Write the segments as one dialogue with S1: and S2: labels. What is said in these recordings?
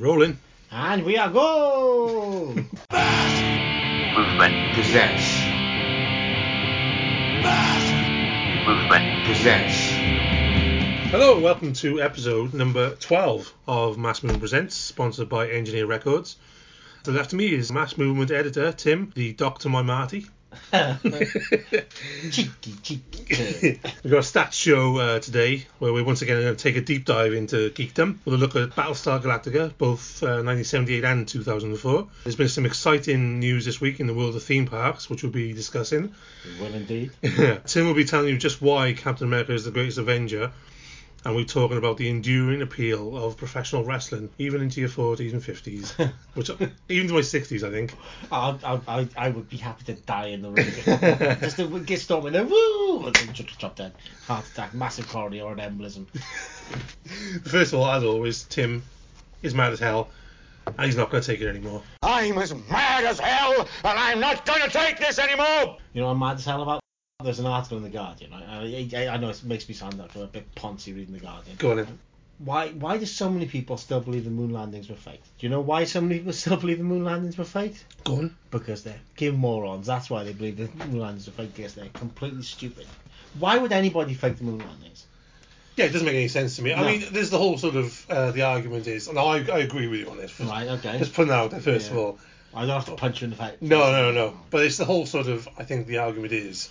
S1: Rolling.
S2: And we are go!
S3: Movement presents. Movement presents.
S1: Hello and welcome to episode number 12 of Mass Movement Presents, sponsored by Engineer Records. To the left of me is Mass Movement editor Tim, the Doctor My Marty.
S2: cheeky, cheeky.
S1: We've got a stats show uh, today where we're once again going to take a deep dive into geekdom with a look at Battlestar Galactica, both uh, 1978 and 2004. There's been some exciting news this week in the world of theme parks, which we'll be discussing.
S2: well, indeed.
S1: Tim will be telling you just why Captain America is the greatest Avenger, and we're talking about the enduring appeal of professional wrestling, even into your 40s and 50s, which even to my 60s, I think.
S2: I, I, I, I would be happy to die in the ring. Just to get storming there, woo! And then just drop dead. Heart attack, massive coronary or an embolism.
S1: First of all, as always, Tim is mad as hell, and he's not going to take it anymore.
S3: I'm as mad as hell, and I'm not gonna take this anymore!
S2: You know what I'm mad as hell about? There's an article in The Guardian. I, I, I know it makes me sound like I'm a bit poncy reading The Guardian.
S1: Go on then.
S2: Why why do so many people still believe the moon landings were fake? Do you know why so many people still believe the moon landings were fake?
S1: Go on.
S2: because they're fucking morons. That's why they believe the moon landings are fake. Yes, they're completely stupid. Why would anybody fake the moon landings?
S1: Yeah, it doesn't make any sense to me.
S2: No.
S1: I mean, there's the whole sort of uh, the argument is, and I, I agree with you on this.
S2: Right, okay.
S1: Just putting that out there first of
S2: Yeah.
S1: all.
S2: I don't have to punch you in the face.
S1: No, no, no. But it's the whole sort of. I think the argument is,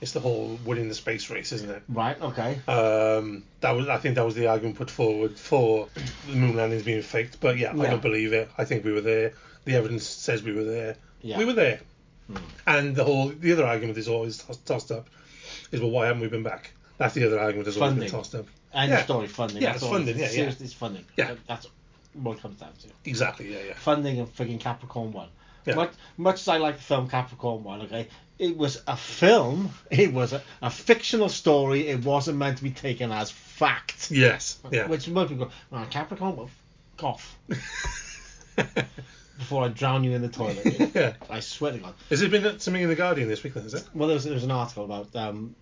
S1: it's the whole winning the space race, isn't it?
S2: Right, okay.
S1: Um, that was, I think, that was the argument put forward for the moon landings being faked. But yeah, I
S2: Yeah.
S1: don't believe it. I think we were there. The evidence says we were there.
S2: Yeah. Hmm.
S1: We were there. And the whole, the other argument is always tos- tossed up, is well, why haven't we been back? That's the other argument that's always been
S2: Funding.
S1: tossed up.
S2: End
S1: yeah.
S2: of story. Funding.
S1: Yeah,
S2: That's
S1: it's
S2: all it
S1: funding,
S2: is.
S1: yeah, yeah.
S2: Seriously, it's funding.
S1: Yeah.
S2: That- That's what it comes down to.
S1: Exactly. Yeah, yeah.
S2: Funding of freaking Capricorn One.
S1: Yeah.
S2: Much, much as I like the film Capricorn One, okay, it was a film. It was a, a fictional story. It wasn't meant to be taken as fact.
S1: Yes. Yeah.
S2: Which most people go, oh, Capricorn, well, f- off. Before I drown you in the toilet.
S1: yeah.
S2: I swear to God.
S1: Has it been something in the Guardian this week? Then is it?
S2: Well, there was, there was an article about um,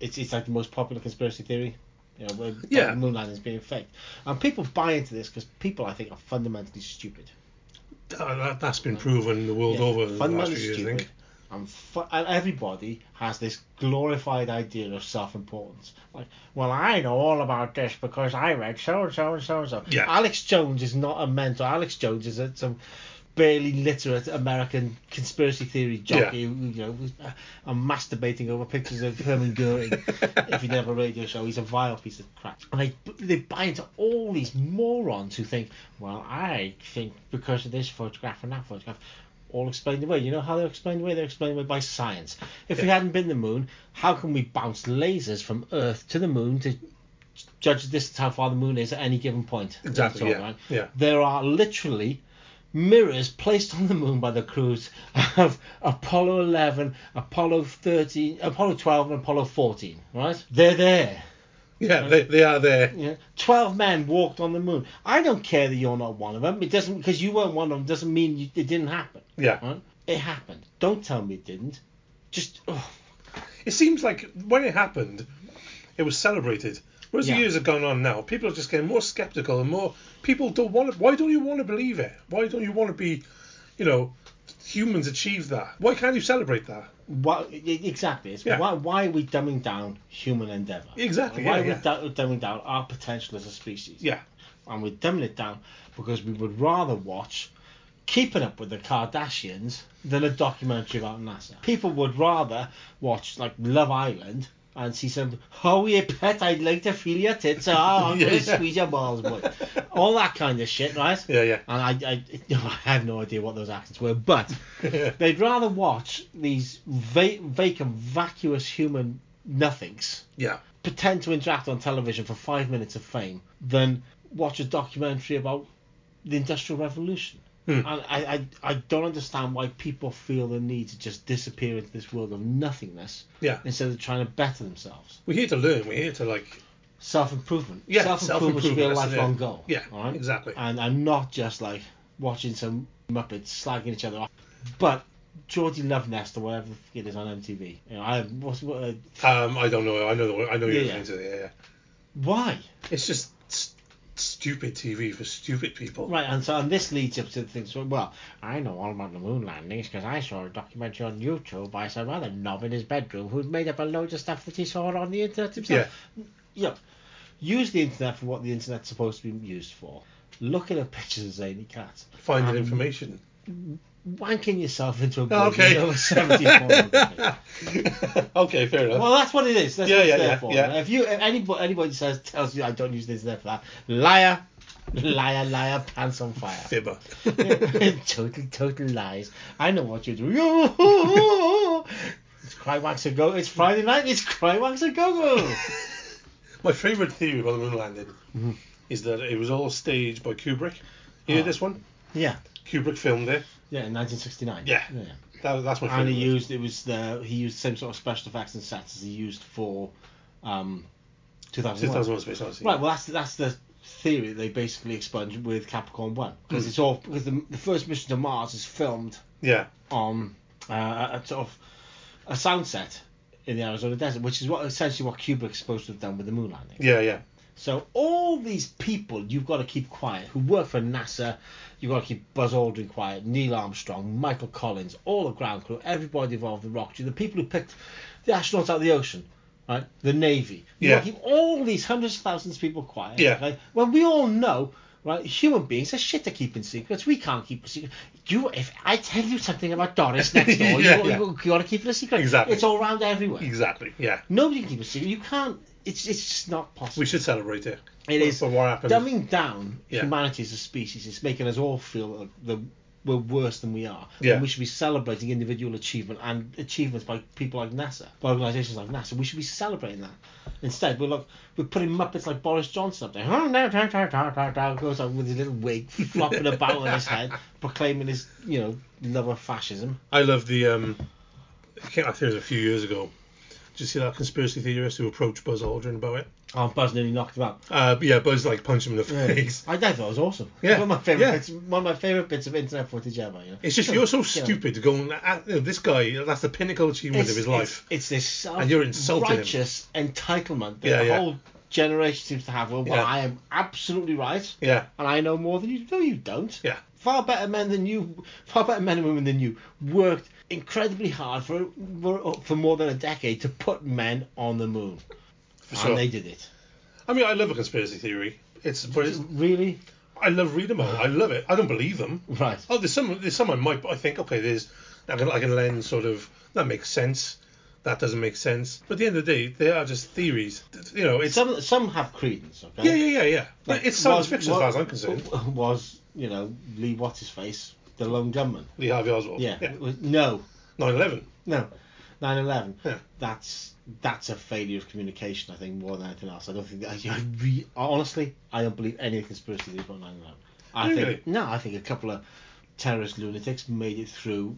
S2: it's, it's like the most popular conspiracy theory. You know, where
S1: Yeah.
S2: the moon landing is being faked. And people buy into this because people, I think, are fundamentally stupid.
S1: Uh, that, that's been proven the world
S2: Yeah,
S1: over in the last
S2: fundamentally
S1: few years, I
S2: stupid.
S1: think.
S2: And, fu- and everybody has this glorified idea of self-importance. Like, well, I know all about this because I read so and so and so and so.
S1: Yeah.
S2: Alex Jones is not a mentor. Alex Jones is a, some barely literate American conspiracy theory jockey who you know was uh, and masturbating over pictures of Herman Goering. if you never radio show, he's a vile piece of crap. And they they buy into all these morons who think, well, I think because of this photograph and that photograph. All explained away. You know how they're explained away? They're explained away by science. If we
S1: Yeah.
S2: hadn't been to the moon, how can we bounce lasers from Earth to the moon to judge the distance how far the moon is at any given point.
S1: Exactly,
S2: That's
S1: yeah,
S2: all right.
S1: yeah.
S2: There are literally mirrors placed on the moon by the crews of Apollo 11, Apollo 13, Apollo 12, and Apollo 14. Right? They're there.
S1: Yeah, they, they are there.
S2: You know, 12 men walked on the moon. I don't care that you're not one of them. It doesn't because you weren't one of them doesn't mean you, it didn't happen.
S1: Yeah.
S2: Right? It happened. Don't tell me it didn't. Just oh,
S1: It seems like when it happened, it was celebrated. Whereas
S2: Yeah.
S1: the years have gone on now, people are just getting more skeptical and more. People don't want to. Why don't you want to believe it? Why don't you want to be, you know, humans achieved that? Why can't you celebrate that?
S2: Why, e- exactly. It's
S1: Yeah.
S2: why, why are we dumbing down human endeavour?
S1: Exactly,
S2: Why
S1: yeah,
S2: are
S1: yeah.
S2: we du- dumbing down our potential as a species?
S1: Yeah.
S2: And we're dumbing it down because we would rather watch Keeping Up with the Kardashians than a documentary about NASA. People would rather watch like Love Island and see some, oh yeah, pet, I'd like to feel your tits. Oh, I'm
S1: Yeah,
S2: gonna
S1: yeah.
S2: squeeze your balls, boy. All that kind of shit, right?
S1: Yeah, yeah.
S2: And I, I, I have no idea what those accents were, but they'd rather watch these va- vacant, vacuous human nothings
S1: Yeah.
S2: pretend to interact on television for five minutes of fame than watch a documentary about the Industrial Revolution.
S1: Hmm.
S2: And I, I, I don't understand why people feel the need to just disappear into this world of nothingness
S1: Yeah.
S2: instead of trying to better themselves.
S1: We're here to learn. We're here to like.
S2: Self improvement.
S1: Yeah,
S2: Self improvement should be
S1: self-improvement,
S2: a
S1: that's
S2: lifelong
S1: it.
S2: goal.
S1: Yeah,
S2: all right?
S1: exactly.
S2: And I'm not just like watching some Muppets slagging each other off. But Geordie Love Nest or whatever the fuck it is on MTV. You know, I what's what, uh,
S1: Um, I don't know. I know. The, I know you're
S2: Yeah, yeah.
S1: referring to. it, Yeah, yeah.
S2: why?
S1: It's just s- s- stupid TV for stupid people.
S2: Right, and so and this leads up to things. Well, well I know all about the moon landings because I saw a documentary on YouTube by some other knob in his bedroom who'd made up a load of stuff that he saw on the internet himself. Yeah. You know, use the internet for what the internet's supposed to be used for. Looking at pictures of zany cats.
S1: Finding
S2: and
S1: information.
S2: Wanking yourself into a
S1: Oh,
S2: bloke
S1: okay.
S2: who's over 74.
S1: okay, fair enough.
S2: Well, that's what it is. That's
S1: Yeah,
S2: what it's
S1: yeah,
S2: there
S1: yeah,
S2: for.
S1: yeah.
S2: If you, if anybody, anybody says tells you I don't use this there for that, liar, liar, liar, pants on fire.
S1: Fibber.
S2: total, total lies. I know what you do. it's Cry Wax a Go. It's Friday night. It's Cry Wax a Go Go.
S1: My favourite theory about the moon landing is that it was all staged by Kubrick. You hear
S2: Mm-hmm. Ah.
S1: this one?
S2: Yeah.
S1: Kubrick filmed it.
S2: Yeah, in 1969.
S1: Yeah.
S2: yeah.
S1: That, that's my
S2: And
S1: favourite.
S2: he used it was the he used the same sort of special effects and sets as he used for, um, 2001.
S1: 2001 Space Odyssey.
S2: Right. Well, that's that's the theory that they basically expunge with Capricorn One because it's all because the, the first mission to Mars is filmed
S1: Yeah.
S2: on uh, a, a sort of a sound set in the Arizona desert, which is what essentially what Kubrick's supposed to have done with the moon landing.
S1: Yeah, yeah.
S2: So all these people you've got to keep quiet who work for NASA, you've got to keep Buzz Aldrin quiet, Neil Armstrong, Michael Collins, all the ground crew, everybody involved in rocket, the people who picked the astronauts out of the ocean, right? The Navy. You've got to
S1: Yeah.
S2: keep all these hundreds of thousands of people quiet.
S1: Yeah.
S2: Right? When we all know. Right, human beings are shit at keeping secrets. We can't keep a secret. You, if I tell you something about Doris next door,
S1: Yeah,
S2: you,
S1: yeah.
S2: you, you got to keep it a secret.
S1: Exactly.
S2: It's all around everywhere.
S1: Exactly. Yeah.
S2: Nobody can keep a secret. You can't. It's it's just not possible.
S1: We should celebrate it.
S2: It
S1: for,
S2: is
S1: For what happened.
S2: dumbing down
S1: Yeah.
S2: humanity as a species. It's making us all feel that the- we're worse than we are.
S1: Yeah.
S2: And we should be celebrating individual achievement and achievements by people like NASA, by organisations like NASA. We should be celebrating that. Instead, we're like we're putting Muppets like Boris Johnson up there. Oh, no, no, no, no, no, no, goes up with his little wig flopping about on his head, proclaiming his you know love of fascism.
S1: I love the. um I think it was a few years ago. Did you see that conspiracy theorist who approached Buzz Aldrin about it?
S2: Oh, Buzz nearly knocked him out.
S1: Uh, but yeah, Buzz like punched him in the face.
S2: I, I thought it was awesome.
S1: Yeah,
S2: One of my favorite
S1: yeah.
S2: bits. One of my favorite bits of internet footage ever. You know.
S1: It's just you're so
S2: Yeah.
S1: stupid to go and uh, this guy. That's the pinnacle achievement of his life.
S2: It's, it's this self
S1: And you're insulting him.
S2: righteous entitlement that
S1: Yeah,
S2: the
S1: yeah.
S2: whole generation seems to have. Well, well,
S1: Yeah.
S2: I am absolutely right,
S1: Yeah,
S2: and I know more than you. No, you don't.
S1: yeah,
S2: Far better men than you, far better men and women than you, worked incredibly hard for for, for more than a decade to put men on the moon,
S1: for sure.
S2: and they did it.
S1: I mean, I love a conspiracy theory. It's, but it's
S2: Really?
S1: I love reading them. All. I love it. I don't believe them.
S2: Right.
S1: Oh, there's some. There's some I might. But I think okay. There's. I can. I can lend sort of. That makes sense. That doesn't make sense. But at the end of the day, they are just theories. You know, it's.
S2: Some some have credence. Okay.
S1: Yeah, yeah, yeah, yeah.
S2: Like,
S1: it's science
S2: was-
S1: fiction
S2: wa-
S1: as far as I'm concerned.
S2: Was you know Lee what's his face the lone gunman?
S1: Lee Harvey Oswald.
S2: Yeah.
S1: yeah.
S2: Was- No.
S1: 9/11.
S2: No, 9/11.
S1: Yeah.
S2: That's that's a failure of communication, I think, more than anything else. I don't think that, I, re, honestly, I don't believe any conspiracy theories about 9/11. I
S1: Really?
S2: think no, I think a couple of terrorist lunatics made it through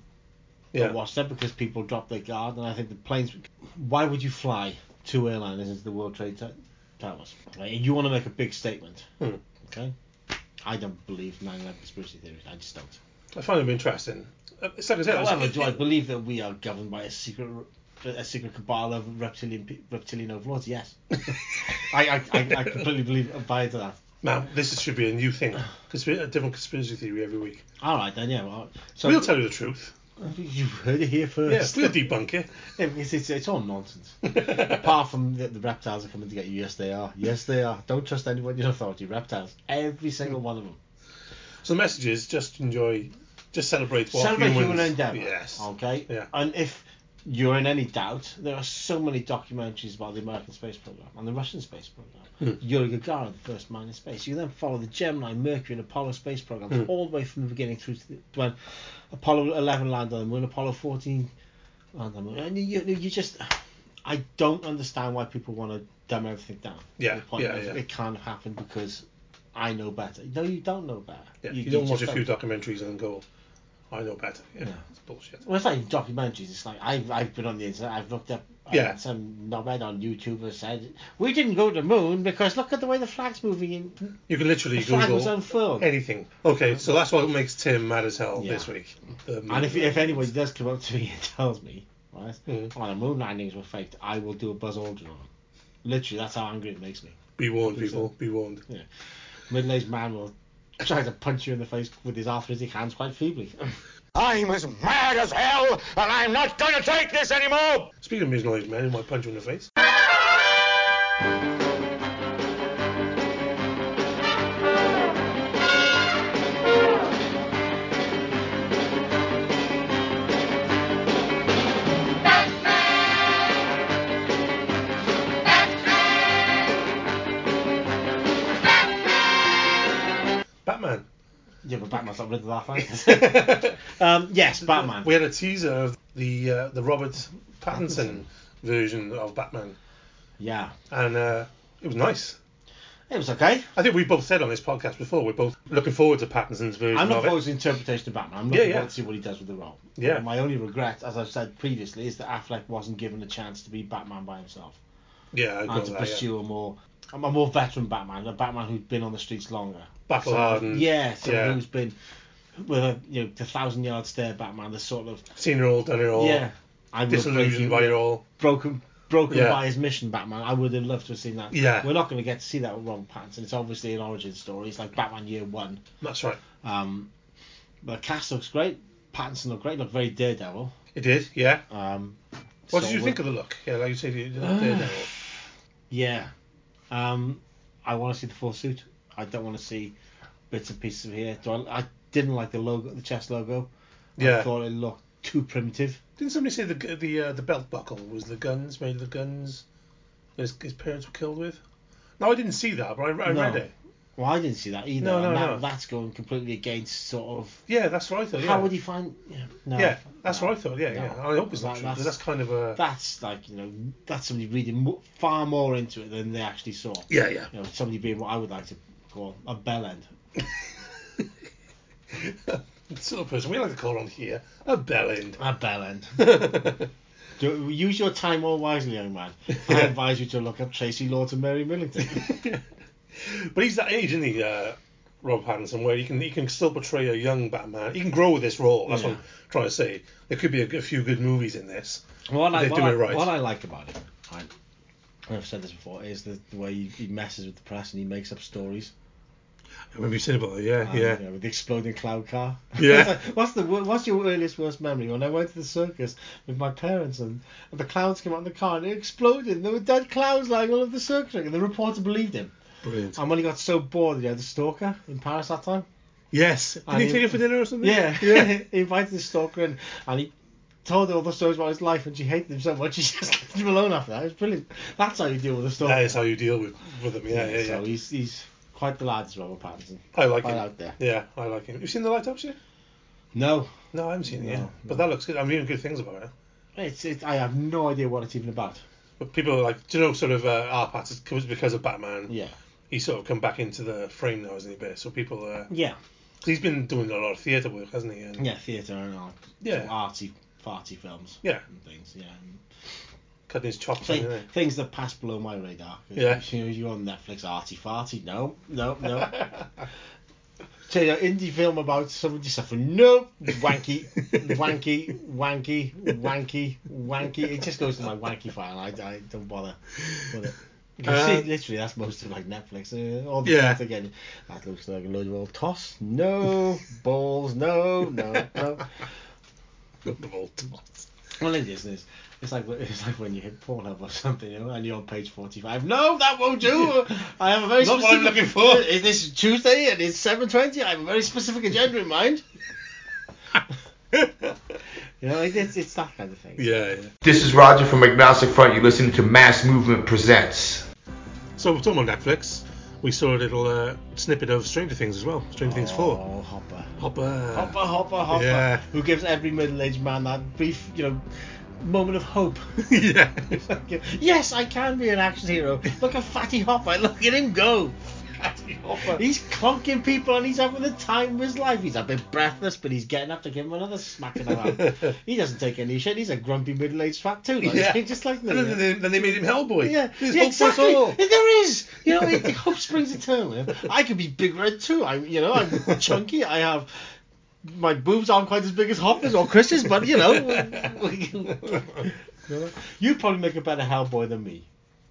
S1: Yeah.
S2: the WhatsApp because people dropped their guard, and I think the planes. Why would you fly two airliners into the World Trade Ta- Towers? Right? You want to make a big statement,
S1: Hmm.
S2: okay? I don't believe 9/11 conspiracy theories. I just don't.
S1: I find them interesting. Uh, It's like I said.
S2: However,
S1: it's,
S2: do I believe that we are governed by a secret, a secret cabal of reptilian pe- reptilian overlords? Yes, I, I, I, I completely believe buy into that.
S1: Man, this is- should be a new thing. Conspira- a different conspiracy theory every week.
S2: All right then, yeah. Well, so
S1: we'll tell you the truth.
S2: you heard it here
S1: Yeah,
S2: first.
S1: we'll debunk it.
S2: it's, it's, it's all nonsense. Apart from the, the reptiles are coming to get you. Yes, they are. Yes, they are. Don't trust anyone in authority. Reptiles, every
S1: Hmm.
S2: single one of them.
S1: So the message is just enjoy, just celebrate what
S2: Celebrate
S1: humans.
S2: human Oh, endeavour.
S1: Yes.
S2: Okay.
S1: Yeah.
S2: And if you're in any doubt, there are so many documentaries about the American space program and the Russian space program.
S1: Hmm.
S2: Yuri Gagarin, the first man in space. You then follow the Gemini, Mercury, and Apollo space programs
S1: Hmm.
S2: all the way from the beginning through to the, when Apollo 11 landed on the moon, Apollo 14 landed on the moon. And you, you just, I don't understand why people want to dumb everything down. to
S1: Yeah,
S2: the point
S1: yeah,
S2: of
S1: yeah.
S2: It can't happen because I know better. No, you don't know better.
S1: Yeah, You, don't watch
S2: just
S1: a few documentaries and go, I know better. Yeah,
S2: Yeah.
S1: it's bullshit.
S2: Well, it's like documentaries. It's like I've, I've been on the internet. I've looked up uh,
S1: Yeah.
S2: some knobhead on YouTube has said we didn't go to the moon because look at the way the flag's moving in.
S1: You can literally
S2: The flag was
S1: Google
S2: unfurled.
S1: anything. Okay, so that's what makes Tim mad as hell
S2: Yeah.
S1: this week. The
S2: And if, if anybody does come up to me and tells me, right,
S1: Mm.
S2: oh, the moon landings were faked, I will do a Buzz Aldrin on. 'em. Literally, that's how angry it makes me.
S1: be warned, people, be warned.
S2: middle-aged man will try to punch you in the face with his arthritic hands quite feebly.
S3: I'm as mad as hell, and I'm not going to take this anymore.
S1: Speaking of middle-aged men, who might punch you in the face. Batman.
S2: Yeah, but Batman's not rid of that fight. um, yes, Batman.
S1: We had a teaser of the uh, the Robert Pattinson version of Batman,
S2: Yeah,
S1: and uh, it was nice.
S2: it was okay.
S1: I think we both said on this podcast before we're both looking forward to Pattinson's version
S2: I'm
S1: of
S2: not
S1: it.
S2: opposed to the interpretation of Batman. I'm
S1: Yeah,
S2: looking
S1: yeah.
S2: forward to see what he does with the role.
S1: Yeah.
S2: My only regret, as I've said previously, is that Affleck wasn't given a chance to be Batman by himself
S1: yeah, I agree
S2: and
S1: with
S2: to
S1: that, yeah.
S2: pursue a more a more veteran Batman, a Batman who'd been on the streets longer.
S1: battle
S2: So,
S1: hardened.
S2: Yeah, so
S1: yeah.
S2: who's been with a you know the thousand yard stare Batman, the sort of
S1: seen it all, done it all.
S2: yeah, I would have
S1: disillusioned by
S2: broken-
S1: it all.
S2: broken broken
S1: Yeah.
S2: by his mission Batman. I would have loved to have seen that.
S1: Yeah.
S2: we're not going to get to see that with Robert Pattinson. It's obviously an origin story. It's like Batman Year One.
S1: That's right.
S2: Um, the cast looks great. Pattinson looked great. Looked very Daredevil.
S1: It did. Yeah.
S2: Um,
S1: What
S2: so
S1: did you
S2: we-
S1: think of the look? Yeah, like you said, you did
S2: Ah.
S1: Daredevil.
S2: Yeah. Um, I want to see the full suit. I don't want to see bits and pieces of here. Do I, I didn't like the logo, the chest logo. I
S1: Yeah.
S2: thought it looked too primitive.
S1: Didn't somebody say the gu- the uh, the belt buckle was the guns made of the guns that his, his parents were killed with? No, I didn't see that, but I, I
S2: No.
S1: read it.
S2: Well, I didn't see that either.
S1: No, no,
S2: and that,
S1: no.
S2: That's going completely against sort of.
S1: Yeah, that's what I thought. Yeah.
S2: How would you find? Yeah, no,
S1: yeah, that's
S2: no.
S1: what I thought. Yeah,
S2: No.
S1: yeah. I hope it's
S2: That-
S1: not true.
S2: that's-
S1: That's, that's kind of a.
S2: That's like you know that's somebody reading mo- far more into it than they actually saw.
S1: yeah, yeah.
S2: You know, somebody being what I would like to call a bell end.
S1: The sort of person we like to call on here a bell end.
S2: A bell end. Do, use your time more wisely, young man. I advise you to look up Tracy Lords and Mary Millington.
S1: But he's that age, isn't he, uh, Rob Pattinson, where he can he can still portray a young Batman. He can grow with this role. That's
S2: Yeah.
S1: what I'm trying to say. There could be a, g- a few good movies in this.
S2: what, I,
S1: They
S2: what,
S1: do
S2: I,
S1: it right.
S2: what I like about it, right, and I've said this before, is the, the way he, he messes with the press and he makes up stories.
S1: I remember you said about that. Yeah,
S2: Um,
S1: yeah,
S2: you know, with the exploding cloud car.
S1: Yeah.
S2: what's the wor- what's your earliest worst memory? When I went to the circus with my parents and, and the clouds came out of the car and it exploded. And there were dead clouds lying all over the circus and the reporter believed him.
S1: brilliant.
S2: And when he got so bored, that he had the stalker in Paris that time.
S1: yes. Did
S2: I
S1: he
S2: mean-
S1: take it for dinner or something?
S2: Yeah, yeah. he invited the stalker in, and he told her all the stories about his life, and she hated him so much she just left him alone after that. It was brilliant. That's how you deal with a stalker.
S1: That is how you deal with with them. Yeah, yeah, yeah.
S2: So he's he's quite the lad, Robert Pattinson.
S1: I like
S2: Quite
S1: him.
S2: out there.
S1: Yeah, I like him. You seen the Lighthouse yet?
S2: No,
S1: No, I haven't seen it yet.
S2: No,
S1: But that looks good. I'm hearing good things about it.
S2: it's it, I have no idea what it's even about.
S1: But people are like, do you know, sort of, uh, our part is because of Batman.
S2: Yeah,
S1: He's sort of come back into the frame now, isn't he? a Bit. So people, uh,
S2: yeah,
S1: he's been doing a lot of theatre work, hasn't he? And
S2: yeah. Theatre and art,
S1: Yeah.
S2: arty, farty films.
S1: Yeah.
S2: and things. Yeah. and
S1: Cutting his chops.
S2: Thing,
S1: isn't he?
S2: Things that pass below my radar.
S1: Yeah.
S2: You know, you're on Netflix, arty farty. No, no, no. So an indie film about somebody suffering. No, wanky, wanky, wanky, wanky, wanky. It just goes to my wanky file. I, I don't bother with it. You can
S1: Uh,
S2: see, literally, that's most of like Netflix. Uh, all the
S1: Yeah.
S2: stuff again. That looks like a load of old toss. No balls. No, Oh, no, no.
S1: Got the vault.
S2: Well, it is. It's, it's like it's like when you hit Pornhub or something, you know, and you're on page forty-five. No, that won't do. I have a very
S1: Not what I'm
S2: specific.
S1: looking for.
S2: It is Tuesday and it's seven twenty. I have a very specific agenda in mind. You know, it, it's it's that kind of thing.
S1: yeah, yeah.
S4: This is Roger from Agnostic Front. You're listening to Mass Movement Presents.
S1: So we're talking about Netflix. We saw a little uh, snippet of Stranger Things as well. Stranger Things 4.
S2: Oh, Hopper.
S1: Hopper.
S2: Hopper, Hopper, Hopper.
S1: Yeah.
S2: Who gives every middle-aged man that brief, you know, moment of hope.
S1: yeah.
S2: yes, I can be an action hero. Look at Fatty Hopper. Look at him go. He's clonking people and he's having the time of his life. He's a bit breathless, but he's getting up to give him another smacking around. he doesn't take any shit. He's a grumpy middle-aged fat too. Like,
S1: Yeah.
S2: just like me.
S1: And then, they, then they made him Hellboy.
S2: Yeah,
S1: There's
S2: yeah
S1: hope for us
S2: exactly.
S1: all.
S2: There is. You know, it, hope springs eternal. I could be big red too. I'm, you know, I'm chunky. I have my boobs aren't quite as big as Hopper's or Chris's, but you know, you probably make a better Hellboy than me.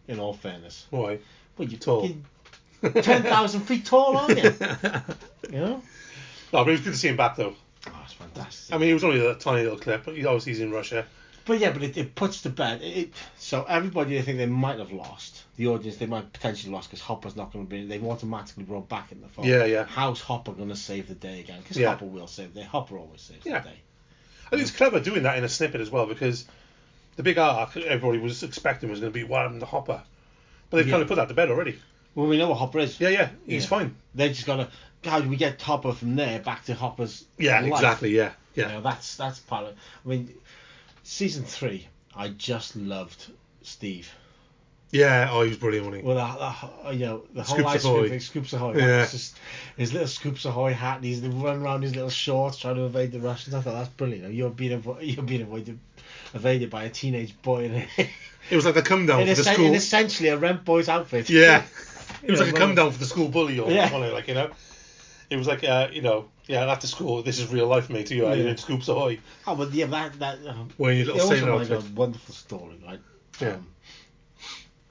S2: In all fairness,
S1: Why?
S2: well, you
S1: Tall.
S2: fucking ten thousand feet tall, aren't you? You know,
S1: No, but it was good to see him back though.
S2: oh, it's fantastic.
S1: I mean, it was only a tiny little clip, but he obviously he's in Russia.
S2: But yeah, but it, it puts to bed. It, it- so everybody they think they might have lost the audience, they might potentially lost because Hopper's not going to be. They've automatically brought back in the fall.
S1: Yeah, yeah.
S2: How's Hopper going to save the day again? Because
S1: Yeah.
S2: Hopper will save the day. Hopper always saves
S1: Yeah.
S2: the day.
S1: I
S2: Mm.
S1: think it's clever doing that in a snippet as well because the big arc everybody was expecting was going to be what happened to Hopper, but they've kind
S2: Yeah.
S1: of put that to bed already.
S2: Well, we know what Hopper is.
S1: Yeah, yeah, he's
S2: Yeah.
S1: fine.
S2: They just got to. How do we get Hopper from there back to Hopper's?
S1: Yeah,
S2: life?
S1: exactly. Yeah, yeah.
S2: You know, that's that's part of. I mean, season three, I just loved Steve.
S1: Yeah, oh, he was brilliant, wasn't he?
S2: Well, the, the, you know, the whole
S1: Scoops
S2: ice cream
S1: Ahoy.
S2: thing, Scoops Ahoy.
S1: Yeah.
S2: Yeah. Just, his little Scoops Ahoy hat, and he's running around his little shorts trying to evade the Russians. I thought that's brilliant. You're being avo- you're being avoided, evaded by a teenage boy in, a,
S1: It was like a come down
S2: in,
S1: for the
S2: essen-
S1: school.
S2: in essentially a rent boy's outfit.
S1: Yeah, it was
S2: Yeah,
S1: like a
S2: well-
S1: come down for the school bully or
S2: Yeah.
S1: something like you know. It was like uh, you know, yeah, after school, this is real life, mate. You are
S2: Yeah.
S1: in Scoops Ahoy,
S2: Oh, but yeah, that that. Um,
S1: wearing your
S2: it
S1: little
S2: also
S1: sailor
S2: reminds me
S1: outfit.
S2: of a wonderful story, right?
S1: Yeah.
S2: Um,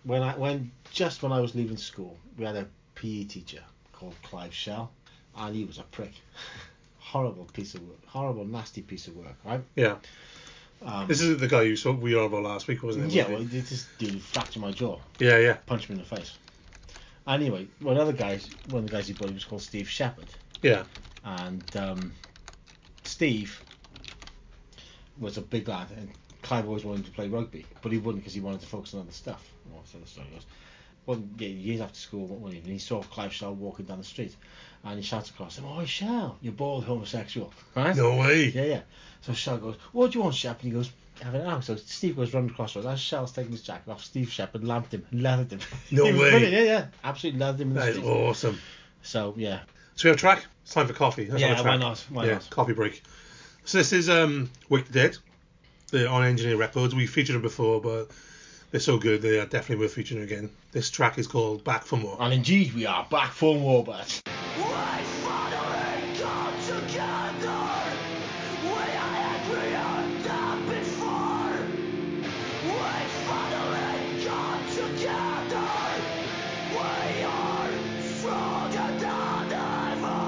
S2: when I when just when I was leaving school, we had a PE teacher called Clive Shell, and he was a prick. horrible piece of work, horrible nasty piece of work, right?
S1: Yeah,
S2: Um,
S1: this is the guy you saw we were on about last week, wasn't it?
S2: yeah, well,
S1: Wasn't
S2: this this dude fractured my jaw,
S1: it? yeah, yeah,
S2: punched me in the face. Anyway, one other guy, one of the guys he bullied was called Steve Shepherd.
S1: yeah,
S2: and um, Steve was a big lad, and Clive always wanted to play rugby, but he wouldn't because he wanted to focus on other stuff. and all this other stuff. He goes- One yeah, years after school, one evening, he saw Clive Shaw walking down the street, and he shouts across him, "Oh, Shaw, you're bald homosexual, right?"
S1: No way.
S2: Yeah, yeah. So Shaw goes, "What do you want, Shep?" And he goes, "Have it out." So Steve goes running across the road. As Shaw's taking his jacket off, Steve Shepard lathered him, lathered him.
S1: No
S2: He was
S1: way.
S2: brilliant, Yeah, yeah. Absolutely lathered him in the
S1: That is
S2: street.
S1: awesome.
S2: So yeah,
S1: So we have a track. It's time for coffee. Let's
S2: Yeah,
S1: have a track.
S2: why not? Why
S1: yeah,
S2: not?
S1: coffee break. So this is um, Wake the Dead. They're on Engineer Records. We featured them before, but they're so good they are definitely worth featuring again. This track is called Back for More.
S2: and indeed we are back from Warbat.
S5: We finally come together. We apprehend them before. We finally come together. We are stronger than ever.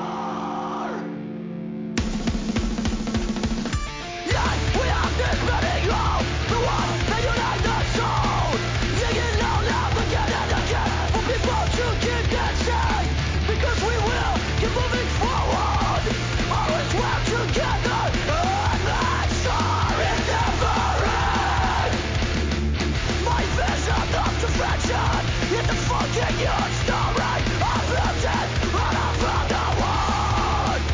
S5: Yes, we have this burning hope, the one that unites the soul. Singing loud, loud again and again for people to keep dancing, because we will keep moving forward. Always work together, and that story never ends. My vision of perfection is the fucking your story. I built it, and I found the one.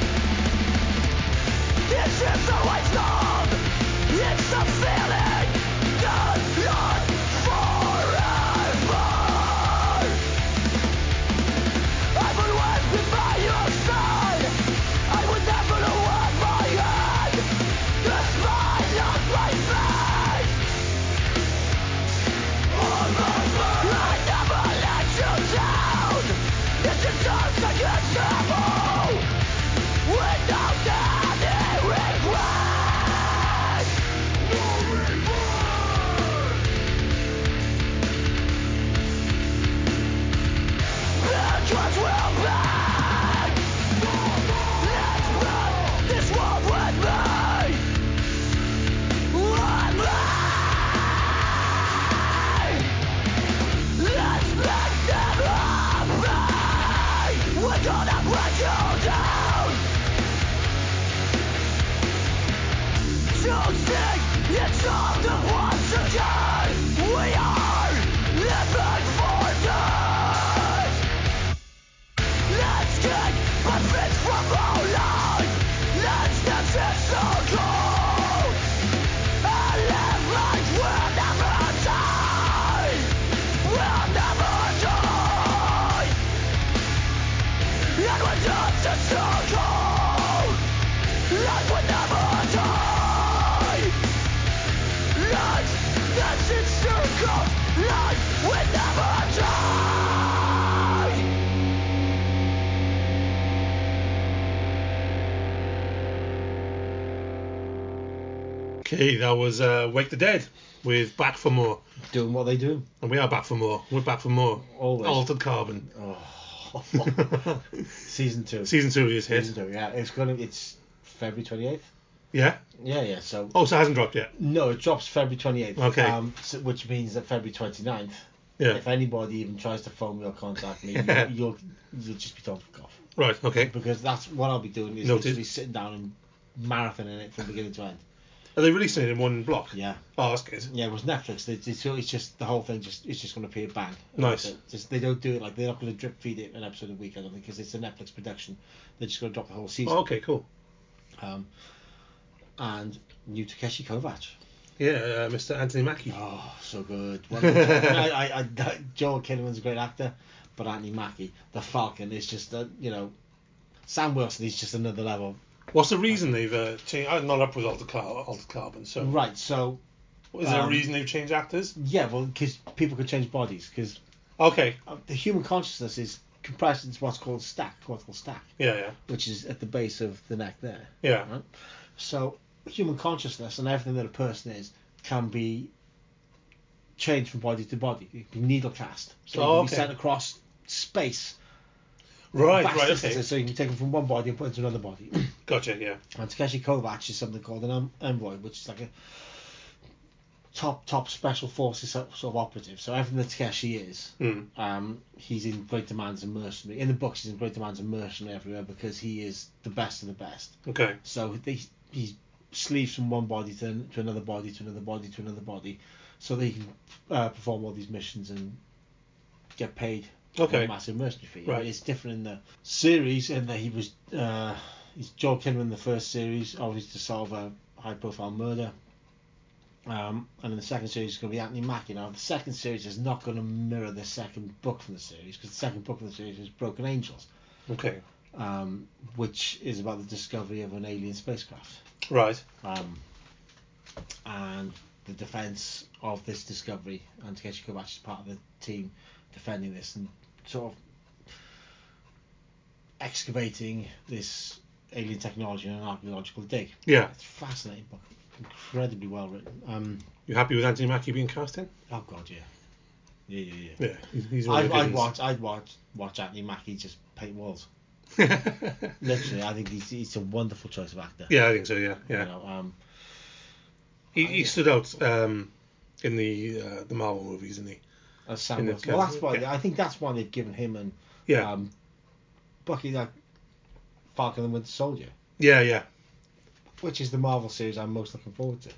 S5: This is a lifelong. It's a feeling that lasts forever. I will always be by your side. I will never lower my head. The smile on my face. I never let you down. This is us against the wall. Without any regret. Vengeance will burn. Let's burn this world with me. With me. Let's make them happy. We're gonna break you down. Choosing it's all the once again. We are living for death. Let's get a fix from our life. Let's dance in circles. And live like we'll never die. We'll never die. And we'll dance in circles. Life will never die. Life that's in circles. Life will never die.
S1: Okay, that was uh, Wake the Dead with Back for More.
S2: doing what they do.
S1: And we are back for more. We're back for more.
S2: Always.
S1: Altered Carbon.
S2: Oh, season two.
S1: Season two is his.
S2: Season two, yeah. It's gonna. It's February twenty eighth.
S1: Yeah.
S2: Yeah, yeah. So
S1: Oh, so it hasn't dropped yet.
S2: no, it drops February twenty eighth.
S1: Okay.
S2: Um, so- which means that February 29th,
S1: Yeah.
S2: if anybody even tries to phone me or contact me,
S1: Yeah.
S2: you'll you'll just be told fuck off
S1: Right. Okay.
S2: because that's what I'll be doing is
S1: Noted.
S2: literally sitting down and marathoning it from beginning to end.
S1: Are they releasing it in one block?
S2: Yeah.
S1: Oh, that's good.
S2: Yeah, it was Netflix. They, they, so it's just the whole thing. Just it's just going to appear bang.
S1: Nice.
S2: So just they don't do it like they're not going to drip feed it an episode a week. I don't think because it's a Netflix production. They're just going to drop the whole season.
S1: Oh, okay. Cool.
S2: Um, and new Takeshi Kovacs.
S1: Yeah, uh, Mr. Anthony Mackie.
S2: Oh, so good. Well done. I, I, I, Joel Kinnaman's a great actor, but Anthony Mackie, the Falcon, is just a, you know, Sam Wilson is just another level.
S1: What's the reason they've uh, changed? I'm not up with Altered, Car- Altered Carbon, so
S2: Right. So
S1: is there a
S2: um,
S1: reason they've changed actors?
S2: yeah, well, because people can change bodies because
S1: Okay.
S2: the human consciousness is compressed into what's called stack, what's called stack.
S1: Yeah, yeah,
S2: which is at the base of the neck there.
S1: yeah.
S2: Right? So human consciousness and everything that a person is can be changed from body to body. It can be needle cast.
S1: Oh,
S2: So you can
S1: okay.
S2: be sent across space.
S1: Right,
S2: vast
S1: right, okay.
S2: distances, So you can be taken from one body and put into another body.
S1: Gotcha. Yeah.
S2: and Takeshi Kovacs is something called an em- envoy, which is like a top, top special forces sort sort of operative. So everything that Takeshi is,
S1: Mm.
S2: um, he's in great demands of mercenary. In the books, he's in great demands of mercenary everywhere because he is the best of the best.
S1: Okay.
S2: So they, he sleeves from one body to, to another body to another body to another body, so they can uh, perform all these missions and get paid a
S1: Okay.
S2: massive mercenary fee.
S1: Right.
S2: It's different in the series in that he was uh, he's Joel Kinnaman in the first series, obviously to solve a high profile murder. Um, and in the second series, it's going to be Anthony Mackie. Now, the second series is not going to mirror the second book from the series because the second book from the series is Broken Angels,
S1: Okay.
S2: um, which is about the discovery of an alien spacecraft
S1: Right.
S2: um, and the defence of this discovery. And Takeshi Kovacs is part of the team defending this and sort of excavating this alien technology in an archaeological dig.
S1: Yeah.
S2: It's a fascinating book, incredibly well written. Um,
S1: You happy with Anthony Mackie being cast in?
S2: oh God, yeah, yeah, yeah, yeah.
S1: Yeah. He's, he's one
S2: I'd,
S1: of
S2: I'd
S1: the
S2: watch, I'd watch, watch Anthony Mackie just paint walls.
S1: good ones.
S2: Literally, I think he's, he's a wonderful choice of actor.
S1: Yeah, I think so. Yeah,
S2: You
S1: yeah.
S2: know, um,
S1: He, he stood out um, in the uh, the Marvel movies, didn't he?
S2: as Sam
S1: In the
S2: Wilson. Well, that's why
S1: yeah.
S2: I think that's why they've given him and
S1: Yeah.
S2: um, Bucky like Falcon and Winter Soldier,
S1: yeah, yeah,
S2: which is the Marvel series I'm most looking forward to.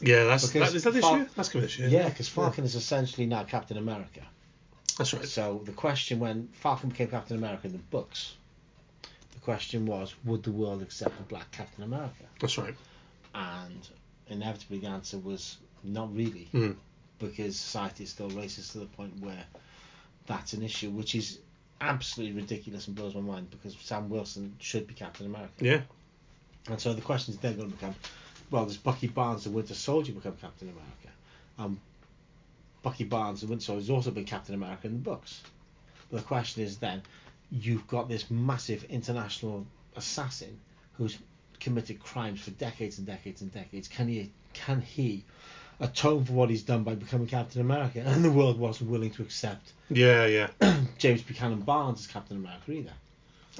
S1: yeah. That's
S2: Because
S1: that, is that this
S2: Fal-
S1: year? That's coming this year.
S2: Yeah, because Falcon is essentially now Captain America.
S1: that's right.
S2: So the question when Falcon became Captain America in the books, the question was, would the world accept a black Captain America?
S1: That's right.
S2: And inevitably the answer was not really,
S1: Mm.
S2: because society is still racist to the point where that's an issue, which is absolutely ridiculous and blows my mind because Sam Wilson should be Captain America.
S1: Yeah,
S2: And so the question is then going to become, well, does Bucky Barnes and Winter Soldier become Captain America? Um, Bucky Barnes and Winter Soldier has also been Captain America in the books. But the question is then, you've got this massive international assassin who's committed crimes for decades and decades and decades. Can he can he atone for what he's done by becoming Captain America? And the world wasn't willing to accept
S1: yeah, yeah.
S2: James Buchanan Barnes is Captain America either.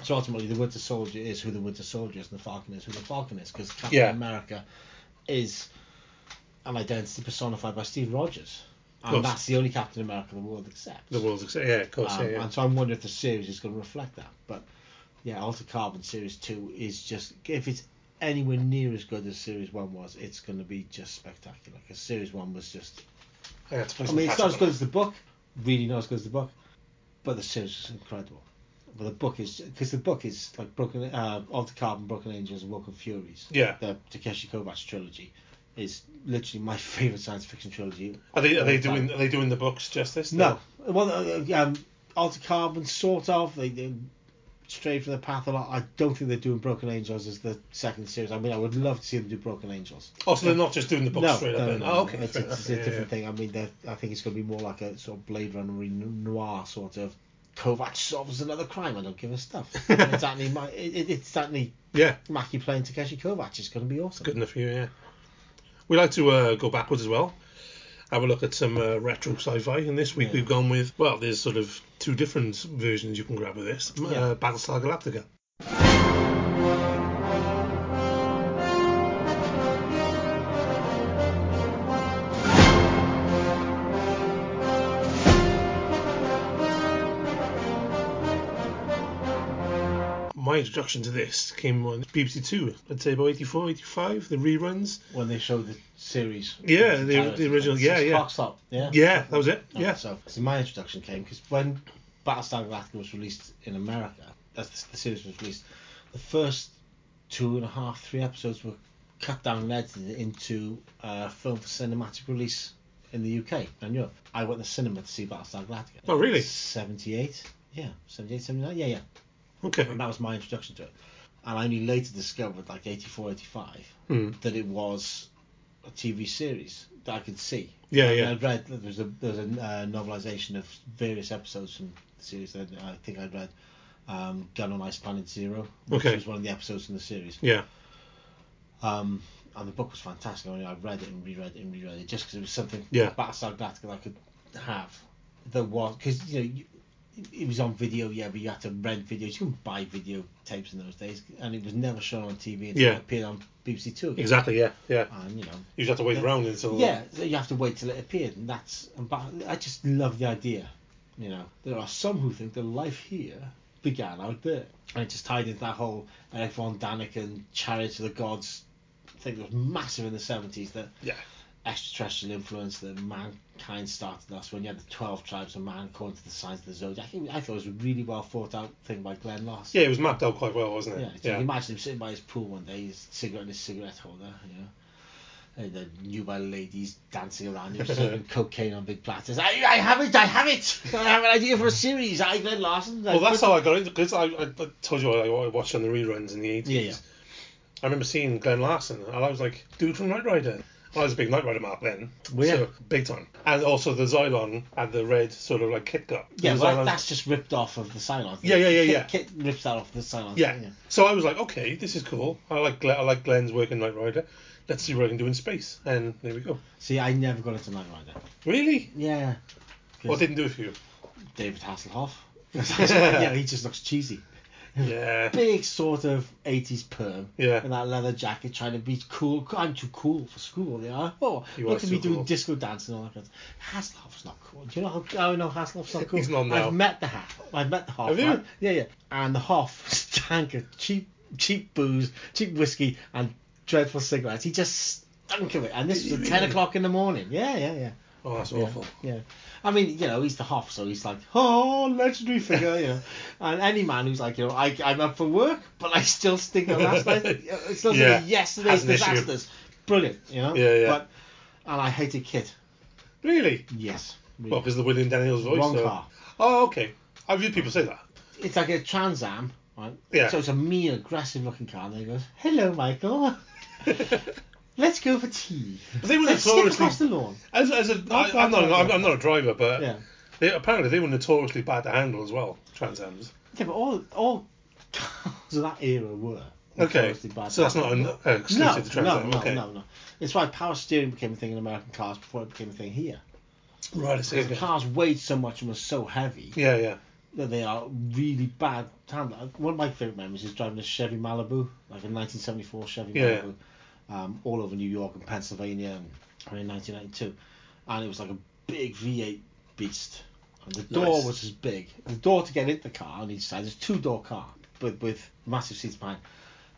S2: So ultimately, the Winter Soldier is who the Winter Soldier is, and the Falcon is who the Falcon is, because Captain
S1: Yeah.
S2: America is an identity personified by Steve Rogers,
S1: course.
S2: and that's the only Captain America the world accepts.
S1: The world's accept. Yeah, of course.
S2: Um,
S1: yeah, yeah.
S2: And so I'm wondering if the series is going to reflect that. But yeah, Altered Carbon Series Two is just if it's anywhere near as good as Series One was, it's going to be just spectacular. Because Series One was just
S1: I had to play
S2: I
S1: some
S2: mean, it's not as
S1: catch-up on
S2: good as the book, really not as good as the book, but the series is incredible. But the book is because the book is like Broken, uh, Alter Carbon, Broken Angels, and Welcome Furies.
S1: that. Yeah.
S2: The Takeshi Kovacs trilogy is literally my favorite science fiction trilogy.
S1: Are they are they
S2: all the
S1: doing
S2: time.
S1: are they doing the books justice?
S2: No, well, uh, um, Alter Carbon sort of they, they stray from the path a lot. I don't think they're doing Broken Angels as the second series. I mean, I would love to see them do Broken Angels.
S1: Oh, so they're not just doing the books straight up. then? oh, okay.
S2: It's,
S1: fair
S2: it's, it's a
S1: enough. Yeah,
S2: different thing. I mean, they're- I think it's going to be more like a sort of Blade Runner noir sort of. Kovacs solves another crime. I don't give a stuff. it's certainly my, it, it's certainly
S1: Yeah. yeah,
S2: Mackie playing Takeshi Kovacs. It's going to be awesome.
S1: good enough for you. Yeah. We like to uh, go backwards as well. have a look at some uh, retro sci-fi. And this week
S2: Yeah.
S1: we've gone with well, there's sort of two different versions you can grab of this.
S2: Yeah.
S1: Uh, Battlestar Galactica. My introduction to this came on BBC Two, I'd say about 84, 85, the reruns.
S2: when they showed the series.
S1: Yeah, the-
S2: Jared,
S1: the original-
S2: like,
S1: yeah,
S2: six
S1: yeah.
S2: o'clock stop, yeah.
S1: Yeah, that was it.
S2: Oh,
S1: Yeah.
S2: So, so my introduction came because when Battlestar Galactica was released in America, as the, the series was released, the first two and a half, three episodes were cut down and edited into uh, film for cinematic release in the UK and Europe. I went to the cinema to see Battlestar Galactica.
S1: Oh, really?
S2: 78. Yeah, 78, 79. Yeah, yeah.
S1: Okay.
S2: And that was my introduction to it. And I only later discovered, like 84, 85,
S1: Hmm.
S2: that it was a TV series that I could see.
S1: Yeah,
S2: And
S1: yeah.
S2: I'd read that there was a there was a uh, novelization of various episodes from the series that I think I'd read. Um, Gun on Ice Planet Zero, which
S1: Okay.
S2: was one of the episodes in the series.
S1: Yeah.
S2: Um, and the book was fantastic. I, mean, I read it and reread it and reread it just because it was something
S1: Yeah.
S2: Battlestar Galactica that I could have. That was because you know you, it was on video, yeah, but you had to rent videos. You couldn't buy video tapes in those days, and it was never shown on TV. Until
S1: Yeah.
S2: it appeared on BBC Two. again.
S1: Exactly. Yeah. Yeah.
S2: And you know,
S1: You just have to wait around until.
S2: yeah, so you have to wait till it appeared, and that's. And but I just love the idea. You know, there are some who think that life here began out there, and it just tied into that whole Eric von Daniken and Chariots of the Gods thing that was massive in the seventies. That
S1: Yeah.
S2: extraterrestrial influence that mankind started. That's when you had the twelve tribes of man according to the signs of the zodiac. I think I thought it was a really well thought out thing by Glenn Larson.
S1: Yeah, it was mapped out quite well, wasn't
S2: Yeah,
S1: it?
S2: so you imagine him sitting by his pool one day, his cigarette in his cigarette holder, you know. And the nubile ladies dancing around him, serving cocaine on big platters. I, I have it, I have it! I have an idea for a series. I, Glenn Larson.
S1: Well, that's how I got into because I, I, I told you I, I watched on the reruns in the eighties.
S2: Yeah, yeah.
S1: I remember seeing Glenn Larson, and I was like, dude from Knight Rider. I was a big Knight Rider mark then,
S2: Well, yeah.
S1: so big time. And also the Xylon had the red sort of like kit cut.
S2: Yeah,
S1: The
S2: well,
S1: Xylon-
S2: that's just ripped off of the Cylon.
S1: Yeah, yeah, yeah,
S2: Kit,
S1: yeah.
S2: Kit rips that off the Cylon.
S1: yeah. So I was like, okay, this is cool. I like Glenn, I like Glenn's work in Knight Rider. Let's see what I can do in space. And there we go.
S2: See, I never got into Knight Rider.
S1: Really?
S2: Yeah.
S1: What didn't do it for you?
S2: David Hasselhoff. yeah, he just looks cheesy.
S1: Yeah.
S2: Big sort of 80s perm. in
S1: Yeah.
S2: that leather jacket trying to be cool. I'm too cool for school, you know. Oh,
S1: He
S2: look
S1: was
S2: at me
S1: too
S2: doing
S1: cool.
S2: disco dance and all that. Kind of Hasselhoff's not cool. Do you know how? Oh no, Hasselhoff's not cool.
S1: He's not now.
S2: I've met the Hoff. I've met the Hoff.
S1: Have you?
S2: right? Yeah, yeah. And the Hoff stank of cheap, cheap booze, cheap whiskey, and dreadful cigarettes. He just stunk of it. And this was at ten o'clock in the morning. Yeah, yeah, yeah.
S1: Oh, that's
S2: Yeah,
S1: awful.
S2: Yeah. I mean, you know, he's the Hoff, so he's like, oh, legendary figure, you know. And any man who's like, you know, I, I'm up for work, but I still stink of last night. It's still
S1: Yeah.
S2: yesterday's
S1: Has an issue.
S2: disasters. Brilliant, you know?
S1: Yeah, yeah.
S2: But, and I hated Kit.
S1: Really?
S2: Yes.
S1: Well, because of the William Daniels voice.
S2: Wrong
S1: so-
S2: car.
S1: Oh, okay. I've heard people say that.
S2: It's like a Trans Am, right?
S1: Yeah.
S2: So it's a mean, aggressive looking car, and then he goes, hello, Michael. Let's go for tea.
S1: But they were
S2: Let's stick
S1: notoriously
S2: across the lawn.
S1: as as a I, I'm not I'm, I'm not a driver, but
S2: Yeah.
S1: they, apparently they were notoriously bad to handle as well. Transams.
S2: Yeah, but all, all cars of that era were.
S1: Okay,
S2: notoriously bad
S1: so that's
S2: to
S1: not an, uh,
S2: No,
S1: exclusive to Trans
S2: no,
S1: Am,
S2: no,
S1: okay.
S2: no, no. It's why power steering became a thing in American cars before it became a thing here.
S1: Right, I see.
S2: Because cars weighed so much and were so heavy
S1: Yeah, yeah.
S2: that they are really bad to handle. One of my favourite memories is driving a Chevy Malibu, like a 1974 Chevy
S1: Yeah.
S2: Malibu, um, all over New York and Pennsylvania and I mean, 1992. And it was like a big V8 beast. And the door
S1: Nice.
S2: was as big. The door to get into the car on each side is two door car, but with massive seats behind.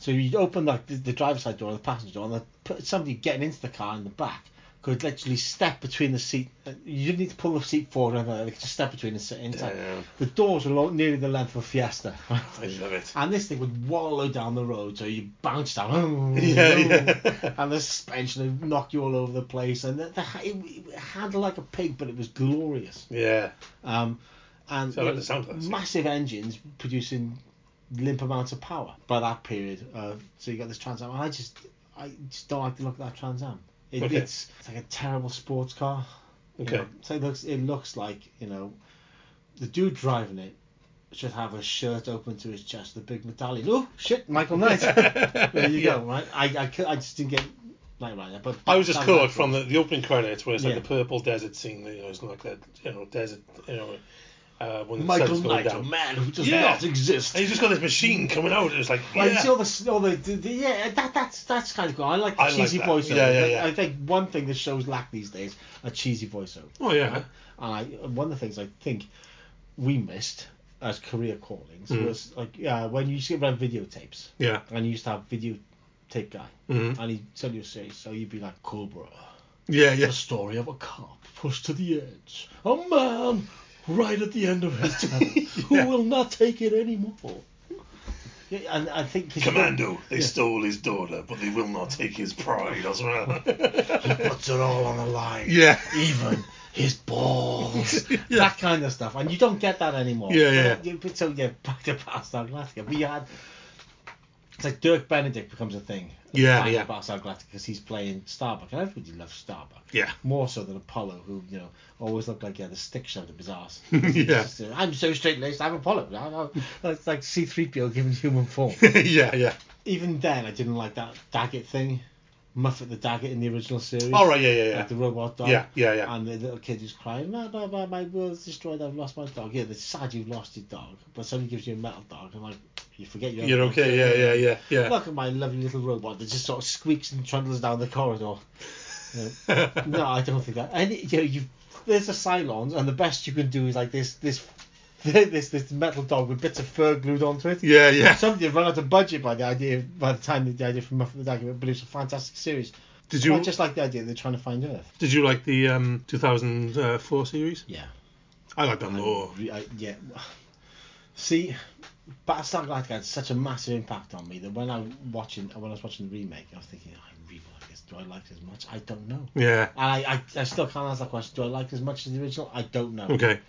S2: So you'd open like the, the driver's side door and the passenger door, and the, p- somebody getting into the car in the back could literally step between the seat. You didn't need to pull the seat forward or anything. They could just step between the seat inside.
S1: Damn.
S2: The doors were lo- nearly the length of a Fiesta.
S1: I love it.
S2: And this thing would wallow down the road, so you bounce down, oh,
S1: Yeah, yeah.
S2: and the suspension would knock you all over the place. And the, the, it, it handled like a pig, but it was glorious.
S1: Yeah.
S2: Um, and
S1: So I like
S2: you know,
S1: the sound of that,
S2: massive engines producing limp amounts of power by that period. Uh, so you got this Trans Am. I just, I just don't like the look of that Trans Am. It,
S1: Okay.
S2: it's, it's like a terrible sports car. you
S1: Okay.
S2: know. So it looks, it looks like you know, the dude driving it should have a shirt open to his chest, the big medallion. Oh shit, Michael Knight. there you
S1: Yeah.
S2: go. Right. I, I, cou- I just didn't get Knight Rider, but
S1: I was just
S2: that
S1: caught
S2: Knight
S1: from the, the opening credits where it's like
S2: Yeah.
S1: the purple desert scene. You know, it's like that you know desert. You know, uh, when the
S2: Michael
S1: sun's going
S2: Knight, a
S1: down.
S2: man who does
S1: Yeah.
S2: not exist.
S1: And he's just got this machine coming out. and It's like
S2: Like,
S1: yeah.
S2: see all the, all the, the, the- yeah, that, that's that's kind of cool. I like the
S1: I like
S2: cheesy
S1: that.
S2: voiceover.
S1: Yeah, yeah, yeah.
S2: I think one thing that shows lack these days are cheesy voiceover.
S1: oh yeah.
S2: And I, one of the things I think we missed as career callings
S1: Mm.
S2: was like uh, when you used to run videotapes
S1: Yeah.
S2: and you used to have videotape guy
S1: Mhm.
S2: and he'd tell you a story, so you'd be like, Cobra,
S1: Yeah.
S2: the
S1: Yeah.
S2: story of a cop pushed to the edge, a man right at the end of his tether
S1: Yeah.
S2: who will not take it anymore. Yeah, and I think 'cause you don't-
S1: Commando, they stole his daughter, but they will not take his pride. Or something like that.
S2: puts it all on the line.
S1: yeah.
S2: Even his balls.
S1: Yeah.
S2: That kind of stuff. And you don't get that anymore.
S1: Yeah, yeah.
S2: But, you- but so yeah, back to Battlestar Galactica. We had it's like Dirk Benedict becomes a thing.
S1: Yeah,
S2: Back
S1: yeah.
S2: To Battlestar Galactica because he's playing Starbuck and everybody loves Starbuck.
S1: Yeah.
S2: More so than Apollo, who you know always looked like he had a stick shoved up his ass.
S1: Yeah.
S2: It's just, uh, I'm so straight laced. I'm Apollo. I, I, that's like C-3PO given human form
S1: yeah. Yeah.
S2: even then I didn't like that Daggett thing. Muffet the Daggett in the original series.
S1: All right. Yeah. Yeah. Yeah.
S2: Like the robot dog.
S1: Yeah, yeah, yeah.
S2: And the little kid who's crying, my, my, my, my world's destroyed, I've lost my dog. Yeah, it's sad you've lost your dog, but somebody gives you a metal dog, and like, you forget your
S1: You're okay. Yeah. Yeah. Yeah. Yeah.
S2: Look at my lovely little robot that just sort of squeaks and trundles down the corridor. You know, no, I don't think that. Any, you know, you there's a Cylons, and the best you can do is like this, this, this, this metal dog with bits of fur glued onto it.
S1: Yeah. Yeah.
S2: Somebody had run out of budget by the idea by the time the idea from Muffin the Document, but it's a fantastic series.
S1: Did
S2: I
S1: you
S2: just like the idea they're trying to find Earth.
S1: did you like the um 2004 series?
S2: Yeah.
S1: I like that more.
S2: I, I, yeah. See, Battlestar Galactica had such a massive impact on me that when I watching when I was watching the remake, I was thinking, "Oh, I really like this. Do I like it as much? I don't know.
S1: Yeah.
S2: And I, I, I still can't answer that question. Do I like it as much as the original? I don't know.
S1: Okay.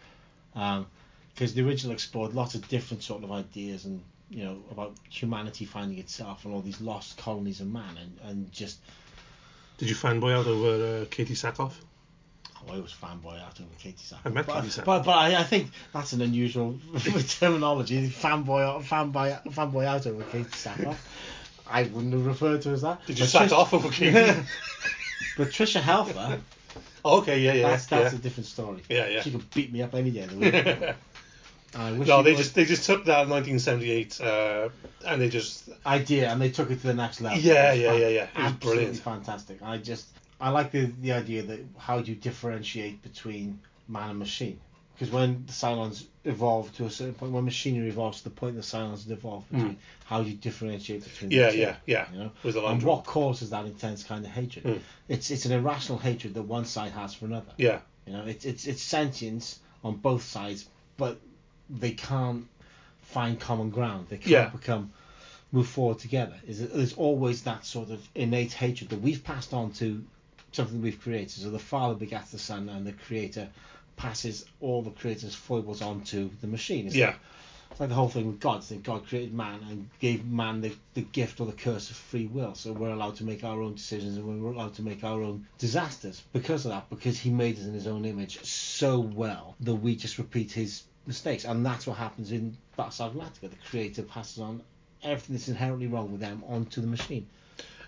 S2: because the original explored lots of different sort of ideas and you know about humanity finding itself and all these lost colonies of man and, and just
S1: Did you fanboy out over uh, Katie Sackhoff?
S2: oh, I was fanboy out over Katie Sackhoff.
S1: I met
S2: but,
S1: Katie Sackhoff.
S2: But, but I, I think that's an unusual terminology. Fanboy out, fanboy, fanboy out over Katie Sackhoff. I wouldn't have referred to her as that.
S1: Did you
S2: But
S1: sack
S2: Trish-
S1: off over Katie? Oh,
S2: But Trisha Helfer,
S1: okay. Yeah. Yeah.
S2: that's, that's
S1: yeah.
S2: a different story.
S1: Yeah, yeah.
S2: She could beat me up any day of the week. And I wish
S1: No,
S2: she
S1: they
S2: would.
S1: just they just took that 1978 uh, and they just
S2: idea and they took it to the next level.
S1: Yeah,
S2: It was
S1: yeah,
S2: fan-
S1: yeah, yeah. It was
S2: absolutely
S1: brilliant.
S2: fantastic. I just I like the the idea that how do you differentiate between man and machine? Because when the Cylons evolve to a certain point, when machinery evolves to the point the Cylons have evolved between, how do you differentiate between?
S1: Hmm. yeah
S2: the two,
S1: yeah yeah
S2: You know?
S1: was a long
S2: And
S1: draw.
S2: what causes that intense kind of hatred?
S1: Mm.
S2: It's it's an irrational hatred that one side has for another.
S1: yeah
S2: You know, it's it's it's sentience on both sides, but they can't find common ground. They can't
S1: Yeah.
S2: become move forward together. Is it- there's always that sort of innate hatred that we've passed on to something that we've created. So the father begats the son, and the creator passes all the creator's foibles onto the machine. It's
S1: yeah
S2: like- it's like the whole thing with God. It's like God created man and gave man the, the gift or the curse of free will. So we're allowed to make our own decisions and we're allowed to make our own disasters because of that, because he made us in his own image so well that we just repeat his mistakes. And that's what happens in Battlestar Galactica. The creator passes on everything that's inherently wrong with them onto the machine.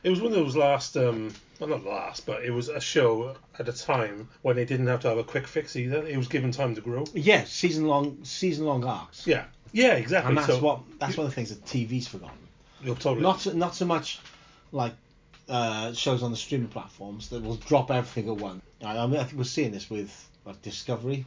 S1: it was one of those last um well not last but it was a show at a time when they didn't have to have a quick fix either it was given time to grow
S2: Yeah, season long season long arcs.
S1: yeah yeah exactly
S2: And that's
S1: so,
S2: what that's one of the things that TV's forgotten.
S1: you're totally
S2: Not so, not so much like uh, shows on the streaming platforms that will drop everything at once. I, I mean, I think we're seeing this with like Discovery.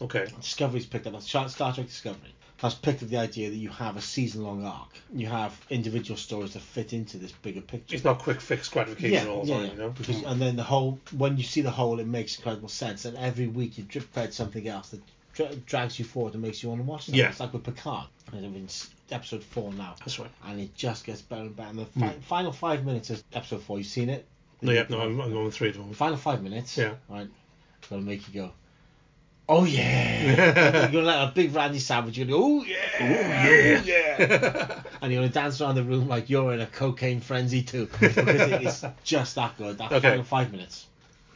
S1: okay
S2: Discovery's picked up Star Star Trek Discovery has picked up the idea that you have a season-long arc. You have individual stories that fit into this bigger picture.
S1: it's not quick fix gratification all the time you know
S2: Because, and then the whole when you see the whole, it makes incredible sense. And every week you drip fed something else that dra- drags you forward and makes you want to watch. Something.
S1: Yeah.
S2: it's like with Picard. I mean, it's episode four now.
S1: That's right.
S2: And it just gets better and better. And the fi- final five minutes of episode four, you've seen it.
S1: Hmm. no yeah no I'm, I'm on three at the
S2: The
S1: moment
S2: final five minutes.
S1: Yeah.
S2: Right. Gonna make you go. Oh yeah! you're gonna let a big randy sandwich. You're gonna go, oh yeah,
S1: yeah
S2: and you're gonna dance around the room like you're in a cocaine frenzy too, because it is just that good. That
S1: Okay.
S2: final five minutes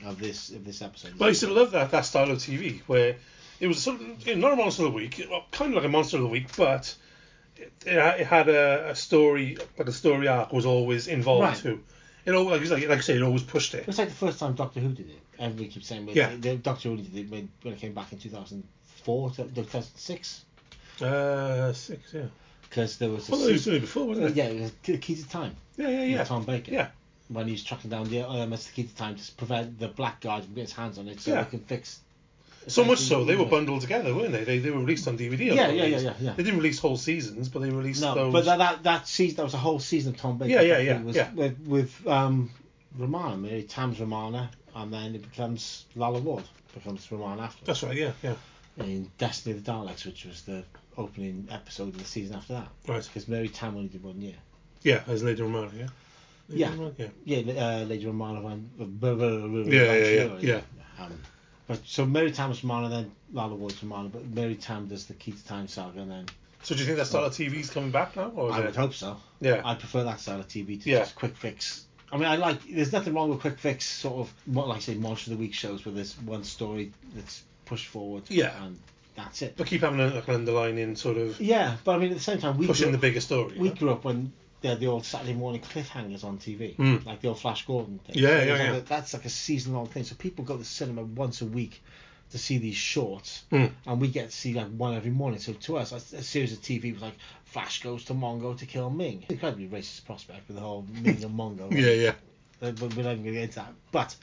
S2: of this of this episode.
S1: But I used to love that that style of TV where it was sort of, you know, not a monster of the week, well, kind of like a monster of the week, but it, it ha- it had a, a story, like a story arc was always involved
S2: Right.
S1: too. it all like, like I say, it always pushed it.
S2: It's like the first time Doctor Who did it. Everybody keeps saying, well,
S1: Yeah.
S2: the Doctor Who did it when, when it came back in 2004, 2006,
S1: Uh, six, yeah.
S2: because there was a.
S1: Well, it was
S2: suit-
S1: doing it before,
S2: uh,
S1: wasn't it?
S2: yeah, it was Key- Key to Time.
S1: yeah, yeah,
S2: with
S1: yeah.
S2: Tom Baker.
S1: Yeah.
S2: When he was tracking down the elements to Key to Time to prevent the black guard from getting his hands on it so
S1: Yeah.
S2: they can fix.
S1: So much so
S2: essentially-
S1: they were bundled together, weren't they? They, they were released on DVD.
S2: Yeah,
S1: I
S2: yeah, yeah,
S1: believe.
S2: yeah, yeah.
S1: They didn't release whole seasons, but they released
S2: No,
S1: those.
S2: but that, that that season that was a whole season of Tom Baker.
S1: Yeah, yeah,
S2: It
S1: yeah,
S2: was
S1: yeah.
S2: With, with um, Romana, maybe Tams Romana, and then it becomes Lala Ward becomes Romana after.
S1: That's right. Yeah, yeah.
S2: In Destiny of the Daleks, which was the opening episode of the season after that,
S1: Right.
S2: because Mary Tam only did one year.
S1: Yeah, as Lady Romana. Yeah. Lady
S2: Yeah.
S1: Romana, yeah.
S2: Yeah, uh, Lady Romana when
S1: Yeah, yeah, yeah, yeah.
S2: Um, but so Mary Tam was Romana, then Lala Ward's Romana, but Mary Tam does the Key to Time saga, and then
S1: So do you think that style of TV's coming back now? Or is
S2: I
S1: it-
S2: would hope so.
S1: Yeah.
S2: I prefer that style of TV to
S1: Yeah.
S2: just quick fix. I mean, I like. There's nothing wrong with quick fix, sort of what like I say, monster of the week shows where there's one story that's pushed forward.
S1: Yeah.
S2: And that's it.
S1: But keep having a, like an underlining sort of
S2: yeah, but I mean, at the same time, we
S1: pushing
S2: grew,
S1: the bigger story. you
S2: we
S1: know?
S2: grew up when they had the old Saturday morning cliffhangers on TV,
S1: Mm.
S2: like the old Flash Gordon thing.
S1: Yeah,
S2: it was
S1: yeah,
S2: like
S1: yeah.
S2: a- that's like a season long thing. So people go to the cinema once a week to see these shorts,
S1: Mm.
S2: and we get to see like one every morning. So to us, that's a series of TV was like Flash goes to Mongo to kill Ming. Incredibly racist prospect with the whole Ming and Mongo.
S1: Yeah, yeah.
S2: Uh, but we're not even going to get into that. But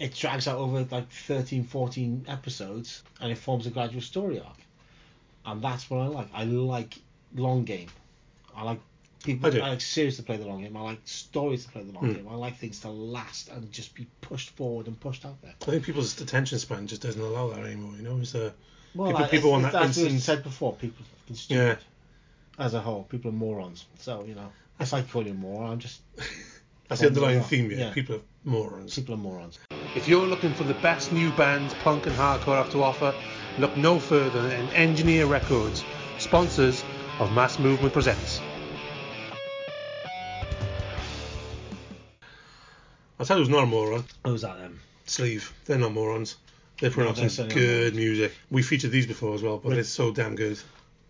S2: it drags out over like 13, 14 episodes and it forms a gradual story arc. And that's what I like. I like long game. I like people,
S1: I do.
S2: I, like series to play the long game. I like stories to play the long
S1: Hmm.
S2: game. I like things to last and just be pushed forward and pushed out there.
S1: I think people's attention span just doesn't allow that anymore. You know, it's uh, a
S2: Well,
S1: People-
S2: I-
S1: people want
S2: it's-
S1: that
S2: that's what
S1: instant-
S2: I said before. People are fucking stupid
S1: yeah.
S2: as a whole. People are morons. So, you know, that's like calling you a moron. I'm just,
S1: That's the
S2: From
S1: underlying
S2: now on,
S1: theme. Yeah.
S2: yeah.
S1: people are morons.
S2: people are morons.
S1: If you're looking for the best new bands punk and hardcore have to offer, look no further than Engineer Records, sponsors of Mass Movement Presents. I'll tell you who's not a moron.
S2: Who's that um? then?
S1: Sleeve. They're not morons. They put
S2: No,
S1: out
S2: they're
S1: some
S2: certainly not
S1: good music. We featured these before as well, but it's so damn good.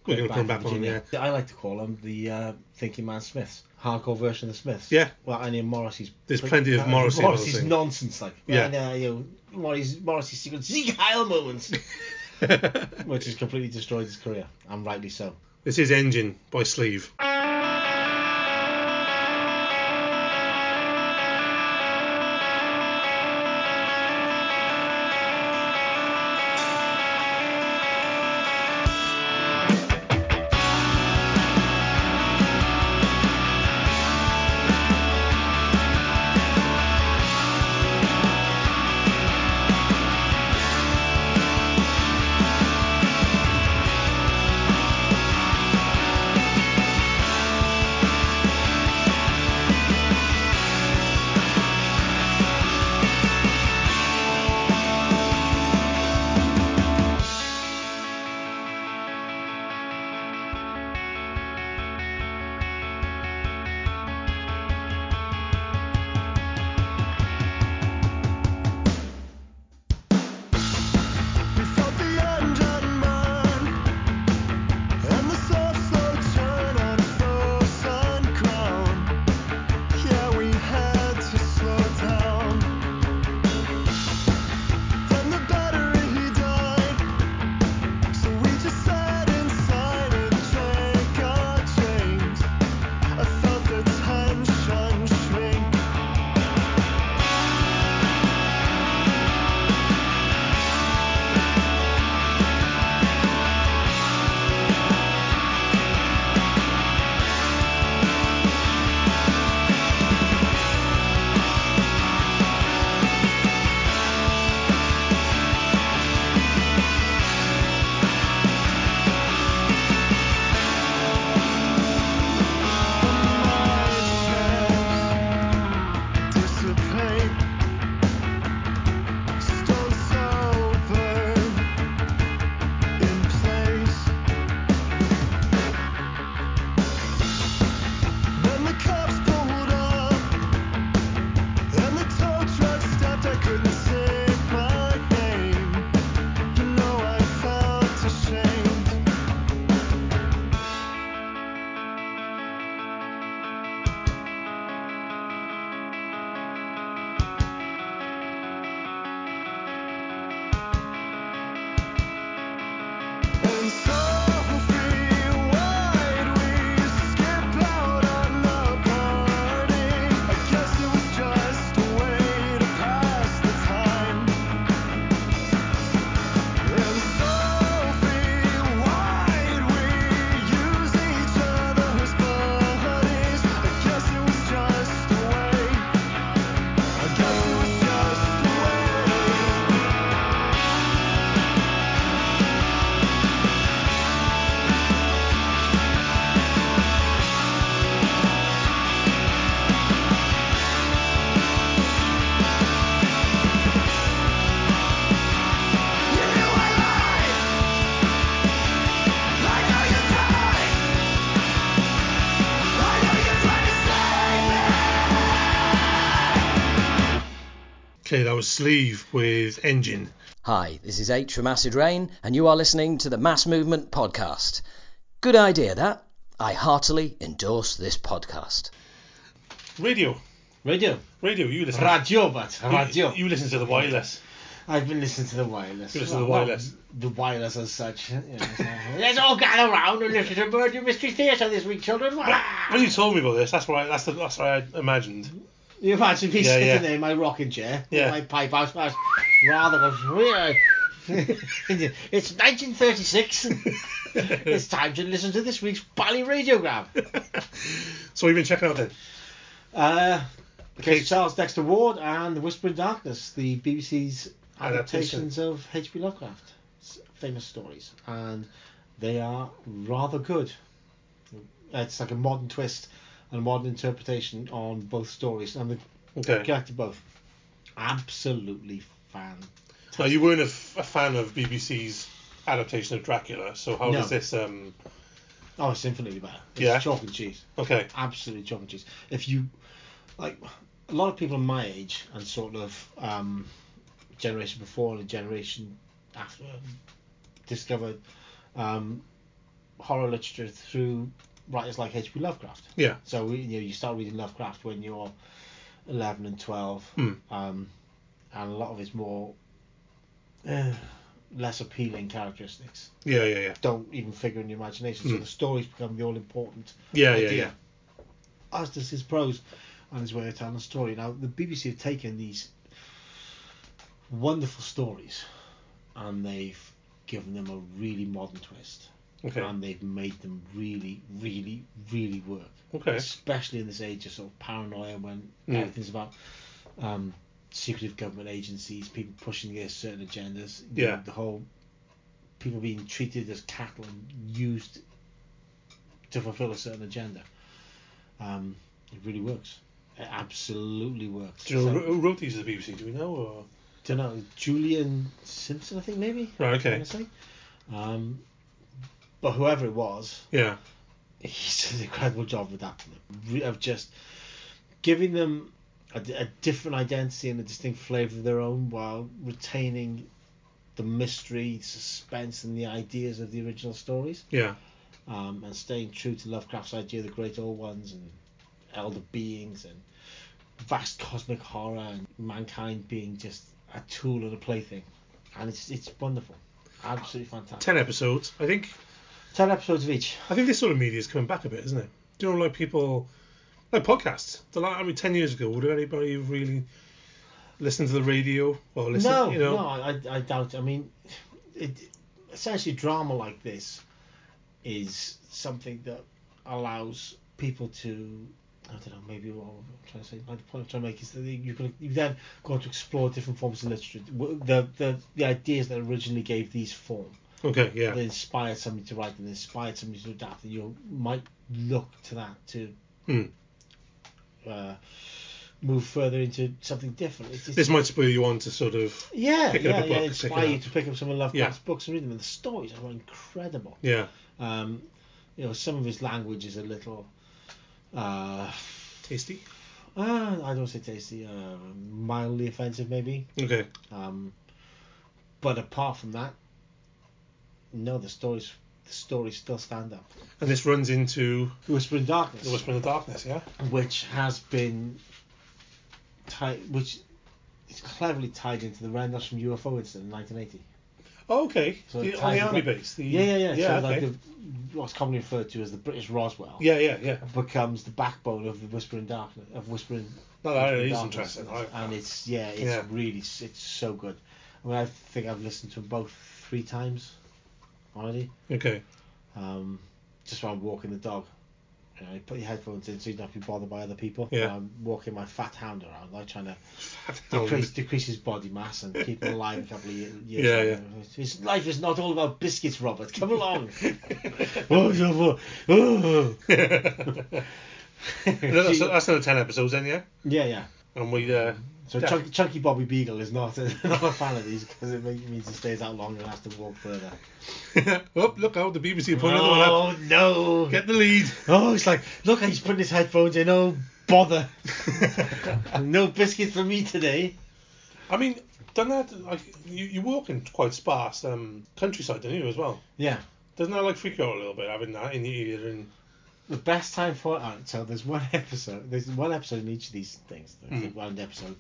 S1: We're going to come back on, yeah.
S2: I like to call them the uh, Thinking Man Smiths, hardcore version of the Smiths.
S1: Yeah.
S2: Well, and in Morrissey's.
S1: There's plenty of Morrissey in
S2: Morrissey's
S1: those
S2: nonsense, like.
S1: Yeah.
S2: And, uh, you know, Morrissey's, Morrissey's secret Zeke Heil moments, which has completely destroyed his career, and rightly so.
S1: this is Engine by Sleeve.
S5: Thank
S1: Okay, that was Sleeve with Engine.
S6: Hi, this is H from Acid Rain, and you are listening to the Mass Movement Podcast. Good idea, that. I heartily endorse this podcast.
S1: Radio.
S2: Radio.
S1: Radio, you listen.
S2: Radio, but radio.
S1: You, you listen to the wireless.
S2: I've been listening to the wireless.
S1: You listen to the
S2: Well,
S1: wireless.
S2: not The wireless as such. you know, so, Let's all gather round and listen to Murder Mystery Theatre this week, children.
S1: When you told me about this, that's why that's the, that's what I imagined.
S2: You imagine me
S1: Yeah,
S2: sitting
S1: yeah.
S2: there in my rocking chair
S1: Yeah.
S2: with my pipe out smashed. Rather than it's 1936. it's time to listen to this week's Bally Radiogram.
S1: So we've been checking out then.
S2: Uh, okay,
S1: Okay.
S2: Charles Dexter Ward and The Whisper in Darkness, the BBC's adaptations of H.P. Lovecraft's famous stories, and they are rather good. It's like a modern twist and a modern interpretation on both stories, and they
S1: Okay.
S2: connected both. Absolutely fan.
S1: Now you weren't a, f- a fan of BBC's adaptation of Dracula, so how
S2: No.
S1: does this? Um,
S2: Oh, it's infinitely better. It's
S1: Yeah.
S2: chalk and cheese.
S1: okay.
S2: absolutely chop and cheese. If you like, a lot of people my age and sort of um, generation before and generation after discovered um, horror literature through writers like H.P. Lovecraft.
S1: Yeah.
S2: So you know you start reading Lovecraft when you're eleven and twelve,
S1: Hmm.
S2: um, and a lot of his more uh, less appealing characteristics
S1: Yeah, yeah, yeah.
S2: don't even figure in your imagination. So
S1: Hmm.
S2: the stories become the all important
S1: Yeah, yeah,
S2: idea,
S1: yeah.
S2: as does his prose and his way of telling a story. Now, the BBC have taken these wonderful stories and they've given them a really modern twist.
S1: Okay.
S2: And they've made them really, really, really work.
S1: Okay.
S2: Especially in this age of sort of paranoia when
S1: Mm.
S2: everything's about um, secretive government agencies, people pushing their certain agendas. you
S1: Yeah.
S2: know, The whole people being treated as cattle and used to fulfill a certain agenda. Um, it really works. It absolutely works.
S1: Do you know
S2: So-
S1: who- who wrote these at the BBC? Do we know? Or?
S2: don't know, Julian Simpson, I think maybe.
S1: Right.
S2: I
S1: Okay.
S2: wanna say. Um, but whoever it was,
S1: Yeah.
S2: he's done an incredible job of adapting them, Re- of just giving them a, d- a different identity and a distinct flavour of their own while retaining the mystery, suspense, and the ideas of the original stories,
S1: Yeah.
S2: um, and staying true to Lovecraft's idea of the great old ones and elder beings and vast cosmic horror and mankind being just a tool and a plaything. And it's it's wonderful, absolutely fantastic.
S1: Ten episodes. I think.
S2: Ten episodes of each.
S1: I think this sort of media is coming back a bit, isn't it? Do you know, like people, like podcasts. The la I mean, ten years ago, would anybody have really listened to the radio or listen?
S2: no,
S1: you know?
S2: no, I, I doubt. I mean, it, essentially, drama like this is something that allows people to. I don't know. Maybe what I'm trying to say. My point I'm trying to make is that you can you then go on to explore different forms of literature. W- The the the ideas that originally gave these form
S1: Okay. Yeah.
S2: that inspired somebody to write and inspired somebody to adapt, and you might look to that to
S1: Hmm.
S2: uh, move further into something different. It's, it's,
S1: This might spur you on to sort of.
S2: yeah,
S1: picking
S2: yeah,
S1: up a
S2: yeah,
S1: book,
S2: inspire
S1: picking
S2: you
S1: up-
S2: to pick up some of Lovecraft's books and read them. And the stories are incredible.
S1: Yeah.
S2: Um, you know, some of his language is a little. Uh,
S1: Tasty.
S2: uh, I don't say tasty, uh, mildly offensive maybe.
S1: Okay.
S2: Um, but apart from that, no, the stories, the stories still stand up.
S1: And this runs into
S2: The Whisper in Darkness,
S1: the Whisper in the Darkness. Yeah.
S2: which has been, ti- which is cleverly tied into the Randolph from UFO incident in 1980.
S1: Oh, okay.
S2: So it
S1: the, on
S2: ties
S1: the
S2: it
S1: army
S2: back-
S1: base. The,
S2: Yeah, yeah, yeah.
S1: Yeah.
S2: so
S1: okay.
S2: like the, what's commonly referred to as the British Roswell
S1: yeah. Yeah. Yeah.
S2: becomes the backbone of the Whispering Darkness of Whispering.
S1: No, Oh, that
S2: Whispering
S1: is
S2: Darkness. Uh,
S1: interesting. I,
S2: and it's yeah, it's
S1: Yeah.
S2: really s- it's so good. I mean, I think I've listened to them both three times already.
S1: okay.
S2: Um, just while I'm walking the dog. You know, you put your headphones in so you don't have to be bothered by other people.
S1: Yeah.
S2: And I'm walking my fat hound around, like trying to
S1: Um,
S2: decrease, decrease his body mass and keep him alive a couple of ye- years.
S1: Yeah, yeah.
S2: His life is not all about biscuits, Robert. Come along. Oh, oh, oh,
S1: no, that's, that's another ten episodes then, yeah.
S2: yeah, yeah.
S1: And we uh,
S2: So
S1: Yeah.
S2: Chunky, Chunky Bobby Beagle is not a, not a fan of these because it make- means he stays out longer and has to walk further.
S1: oh look out the BBC put another one up.
S2: Oh no!
S1: Get the lead.
S2: Oh, it's like look, he's putting his headphones in. Oh bother! no biscuits for me today.
S1: I mean, doesn't that like you, you walk in quite sparse um, countryside, don't you, as well?
S2: Yeah.
S1: Doesn't that like freak you out a little bit having that in your ear and
S2: The best time for it, uh, so there's one episode, there's one episode in each of these things, there's
S1: Mm.
S2: one episode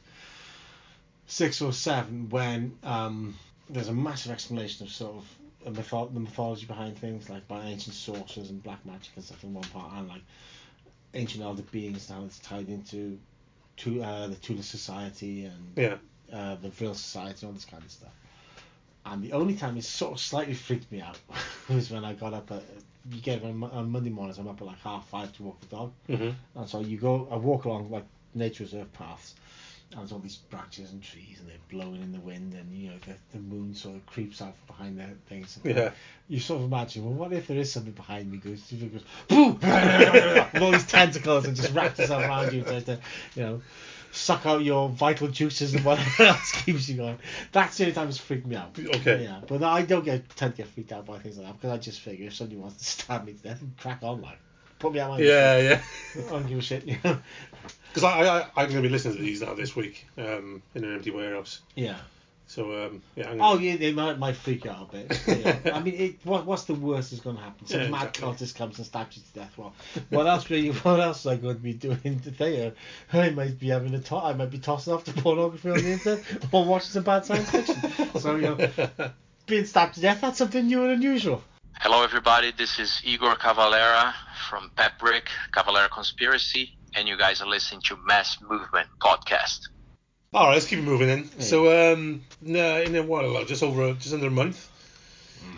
S2: six or seven, when um, there's a massive explanation of sort of a mytho- the mythology behind things, like by ancient sorcerers and black magic and stuff in one part, and like ancient elder beings and how it's tied into to, uh, the Tula Society and
S1: yeah,
S2: uh, the Vril Society and all this kind of stuff. And the only time it sort of slightly freaked me out was when I got up at, you get up on, Mo- on Monday mornings, I'm up at like half five to walk the dog.
S1: mm-hmm.
S2: And so you go, I walk along like nature reserve paths, and there's all these branches and trees, and they're blowing in the wind, and you know, the, the moon sort of creeps out from behind the things.
S1: yeah,
S2: You sort of imagine, well, what if there is something behind me? Goes, goes "Boo!" with all these tentacles and just wraps itself around you, and tries to, you know, suck out your vital juices and whatever else keeps you going. That's the only time it's freaked me out.
S1: Okay.
S2: Yeah, but I don't get tend to get freaked out by things like that because I just figure if somebody wants to stab me to death, crack on, like, put me out my
S1: yeah, yeah.
S2: I don't give a shit. You know?
S1: Because I, I I'm going to be listening to these now this week um, in an empty warehouse.
S2: Yeah.
S1: So um, yeah, I'm
S2: Oh
S1: gonna,
S2: yeah, they might might freak out a bit. you know. I mean, it, what what's the worst that's going to happen? Some
S1: Yeah,
S2: mad
S1: exactly.
S2: cultist comes and stabs you to death. Well, what else were you? What else am I going to be doing in the theatre? I might be having a to- I might be tossing off the pornography on the internet or watching some bad science fiction. So you know, being stabbed to death that's something new and unusual.
S7: Hello, everybody. This is Igor Cavalera from Pep Brick, Cavalera Conspiracy, and you guys are listening to Mass Movement Podcast.
S1: all right, let's keep it moving then. So um, no, in a while, like, just over a- just under a month,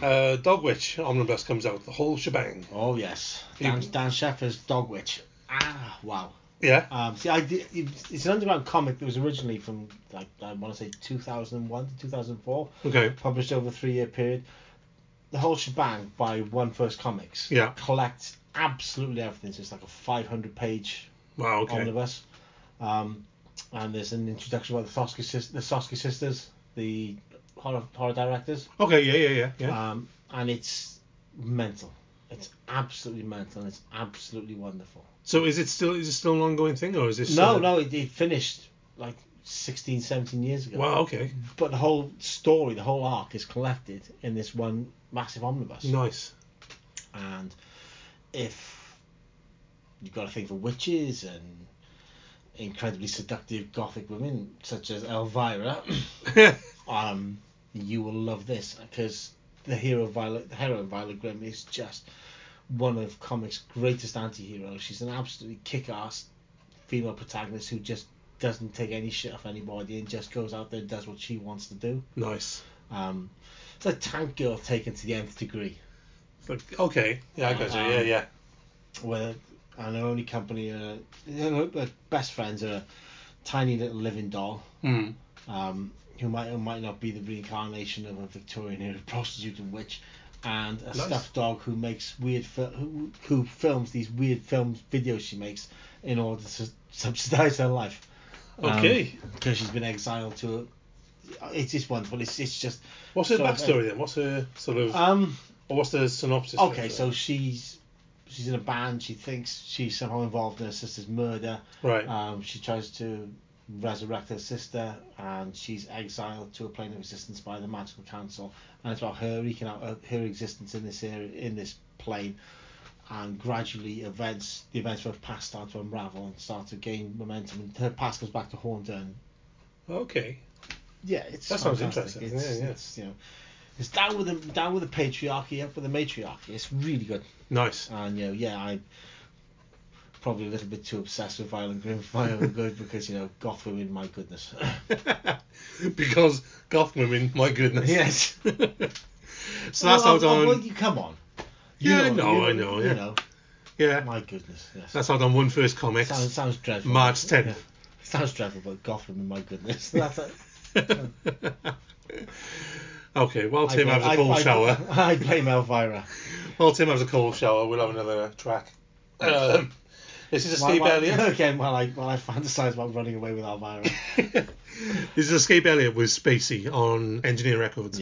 S1: uh, Dog Witch Omnibus comes out, the whole shebang.
S2: Oh yes,
S1: You-
S2: Dan, Dan Sheffer's Dog Witch. Ah wow.
S1: Yeah,
S2: Um, see, I did, it's it's an underground comic that was originally from like I want to say 2001 to 2004.
S1: okay,
S2: published over a three year period. The whole shebang by One First Comics.
S1: Yeah.
S2: Collects absolutely everything. So it's like a 500 page
S1: wow, okay,
S2: omnibus. Um, and there's an introduction about the Sosky, sis- the Sosky sisters, the horror, horror directors.
S1: okay, yeah, yeah, yeah, yeah.
S2: Um, and it's mental. It's absolutely mental and it's absolutely wonderful.
S1: so is it still is it still an ongoing thing or is this
S2: No,
S1: uh,
S2: no, it, it finished like 16, 17 years ago.
S1: Wow, okay,
S2: But the whole story, the whole arc is collected in this one massive omnibus.
S1: nice.
S2: and if you've got a thing for witches and incredibly seductive gothic women such as Elvira, um, you will love this because the hero Violet, the heroine Violet Grimm is just one of comics' greatest anti-heroes. She's an absolutely kick-ass female protagonist who just doesn't take any shit off anybody and just goes out there and does what she wants to do.
S1: Nice.
S2: Um, it's like Tank Girl taken to the nth degree.
S1: It's like, okay. Yeah, I guess.
S2: Um,
S1: yeah, yeah.
S2: where and her only company, uh, her her best friends are a tiny little living doll,
S1: Mm.
S2: um, who might or might not be the reincarnation of a Victorian era prostitute and witch, and a
S1: Nice.
S2: stuffed dog who makes weird fil- who, who films these weird films videos she makes in order to subsidize her life
S1: Okay.
S2: because she's been exiled to. A, uh, it's just wonderful. It's it's just
S1: What's her
S2: so-
S1: backstory then? What's her sort of?
S2: um.
S1: or what's the synopsis? of
S2: Okay,
S1: it?
S2: so she's she's in a band. She thinks she's somehow involved in her sister's murder.
S1: right.
S2: Um, she tries to resurrect her sister, and she's exiled to a plane of existence by the magical council. And it's about her eking out uh, her- her existence in this area, in this plane, and gradually events, the events of her past start to unravel and start to gain momentum. And her past goes back to haunt her. And
S1: okay.
S2: yeah, it's
S1: That sounds
S2: fantastic.
S1: interesting,
S2: It's,
S1: yeah, yeah.
S2: it's you know, it's down with the down with the patriarchy, up with the matriarchy. It's really good.
S1: Nice.
S2: And you know, yeah, I'm probably a little bit too obsessed with Violent Grim for my own good because you know, goth women, my goodness.
S1: because goth women, my goodness.
S2: yes.
S1: so that's
S2: well,
S1: out
S2: oh,
S1: on.
S2: Well, you come on. You
S1: Yeah,
S2: know,
S1: no,
S2: you,
S1: I know,
S2: You
S1: yeah.
S2: know,
S1: yeah.
S2: my goodness. Yes.
S1: That's out on One First Comics.
S2: sounds sounds dreadful.
S1: March 10th.
S2: Sounds dreadful, but goth women, my goodness. That's a,
S1: okay. While
S2: I
S1: Tim
S2: blame-
S1: has a cold
S2: I,
S1: shower,
S2: I, I blame Elvira.
S1: while Tim has a cold shower, we'll have another track. Um, this is
S2: Why-
S1: Escape
S2: why-
S1: Elliot.
S2: Again, while I while I fantasize about running away with Elvira.
S1: This is Escape Elliot with Spacey on Engineer Records.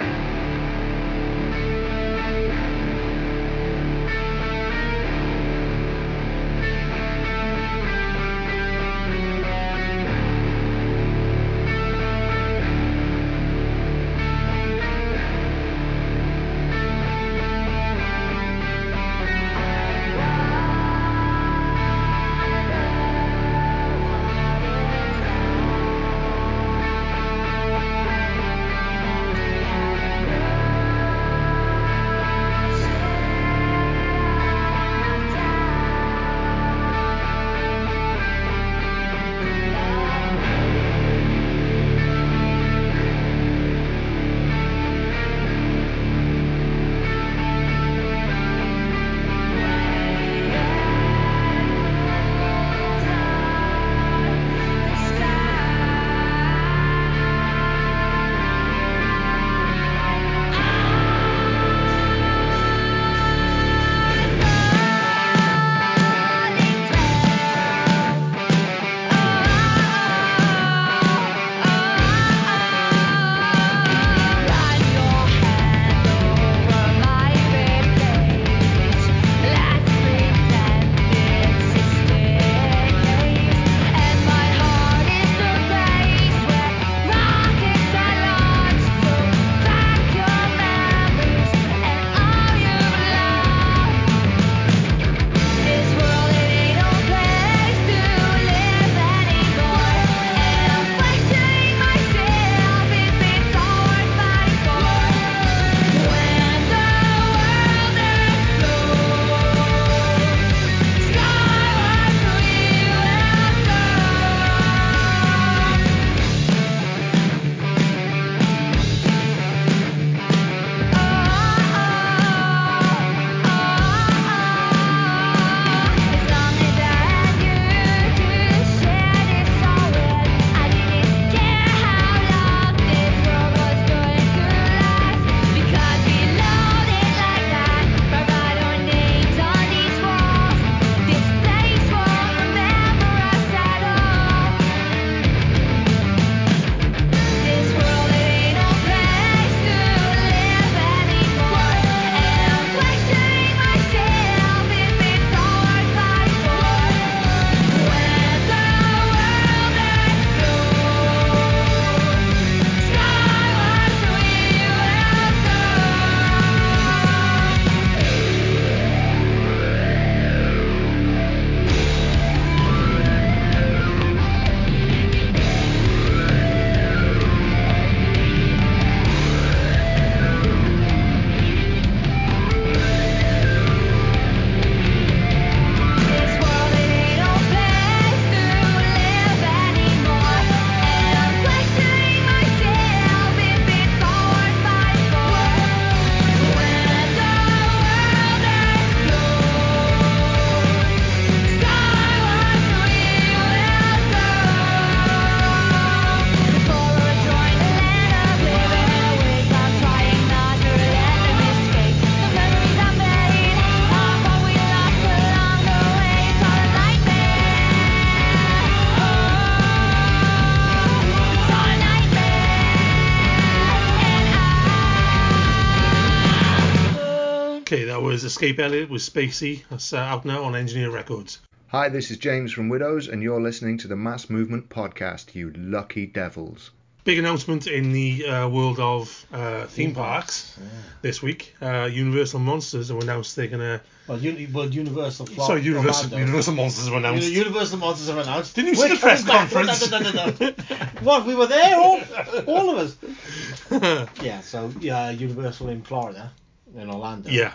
S1: Escape Elliot was Spacey. That's uh, out now on Engineer Records.
S8: Hi, this is James from Widows, and you're listening to the Mass Movement Podcast, you lucky devils.
S1: Big announcement in the uh, world of uh, theme parks this week. Uh, Universal Monsters have announced they're gonna.
S2: Well, uni- well Universal Flop.
S1: sorry, Universal,
S2: Orlando.
S1: Universal Monsters have announced.
S2: Uni- Universal Monsters have announced.
S1: Didn't you see
S2: We're
S1: the press
S2: coming back.
S1: conference?
S2: Da, da, da, da, da. what? We were there, all, all of us. yeah, so yeah, Universal in Florida, in Orlando.
S1: yeah,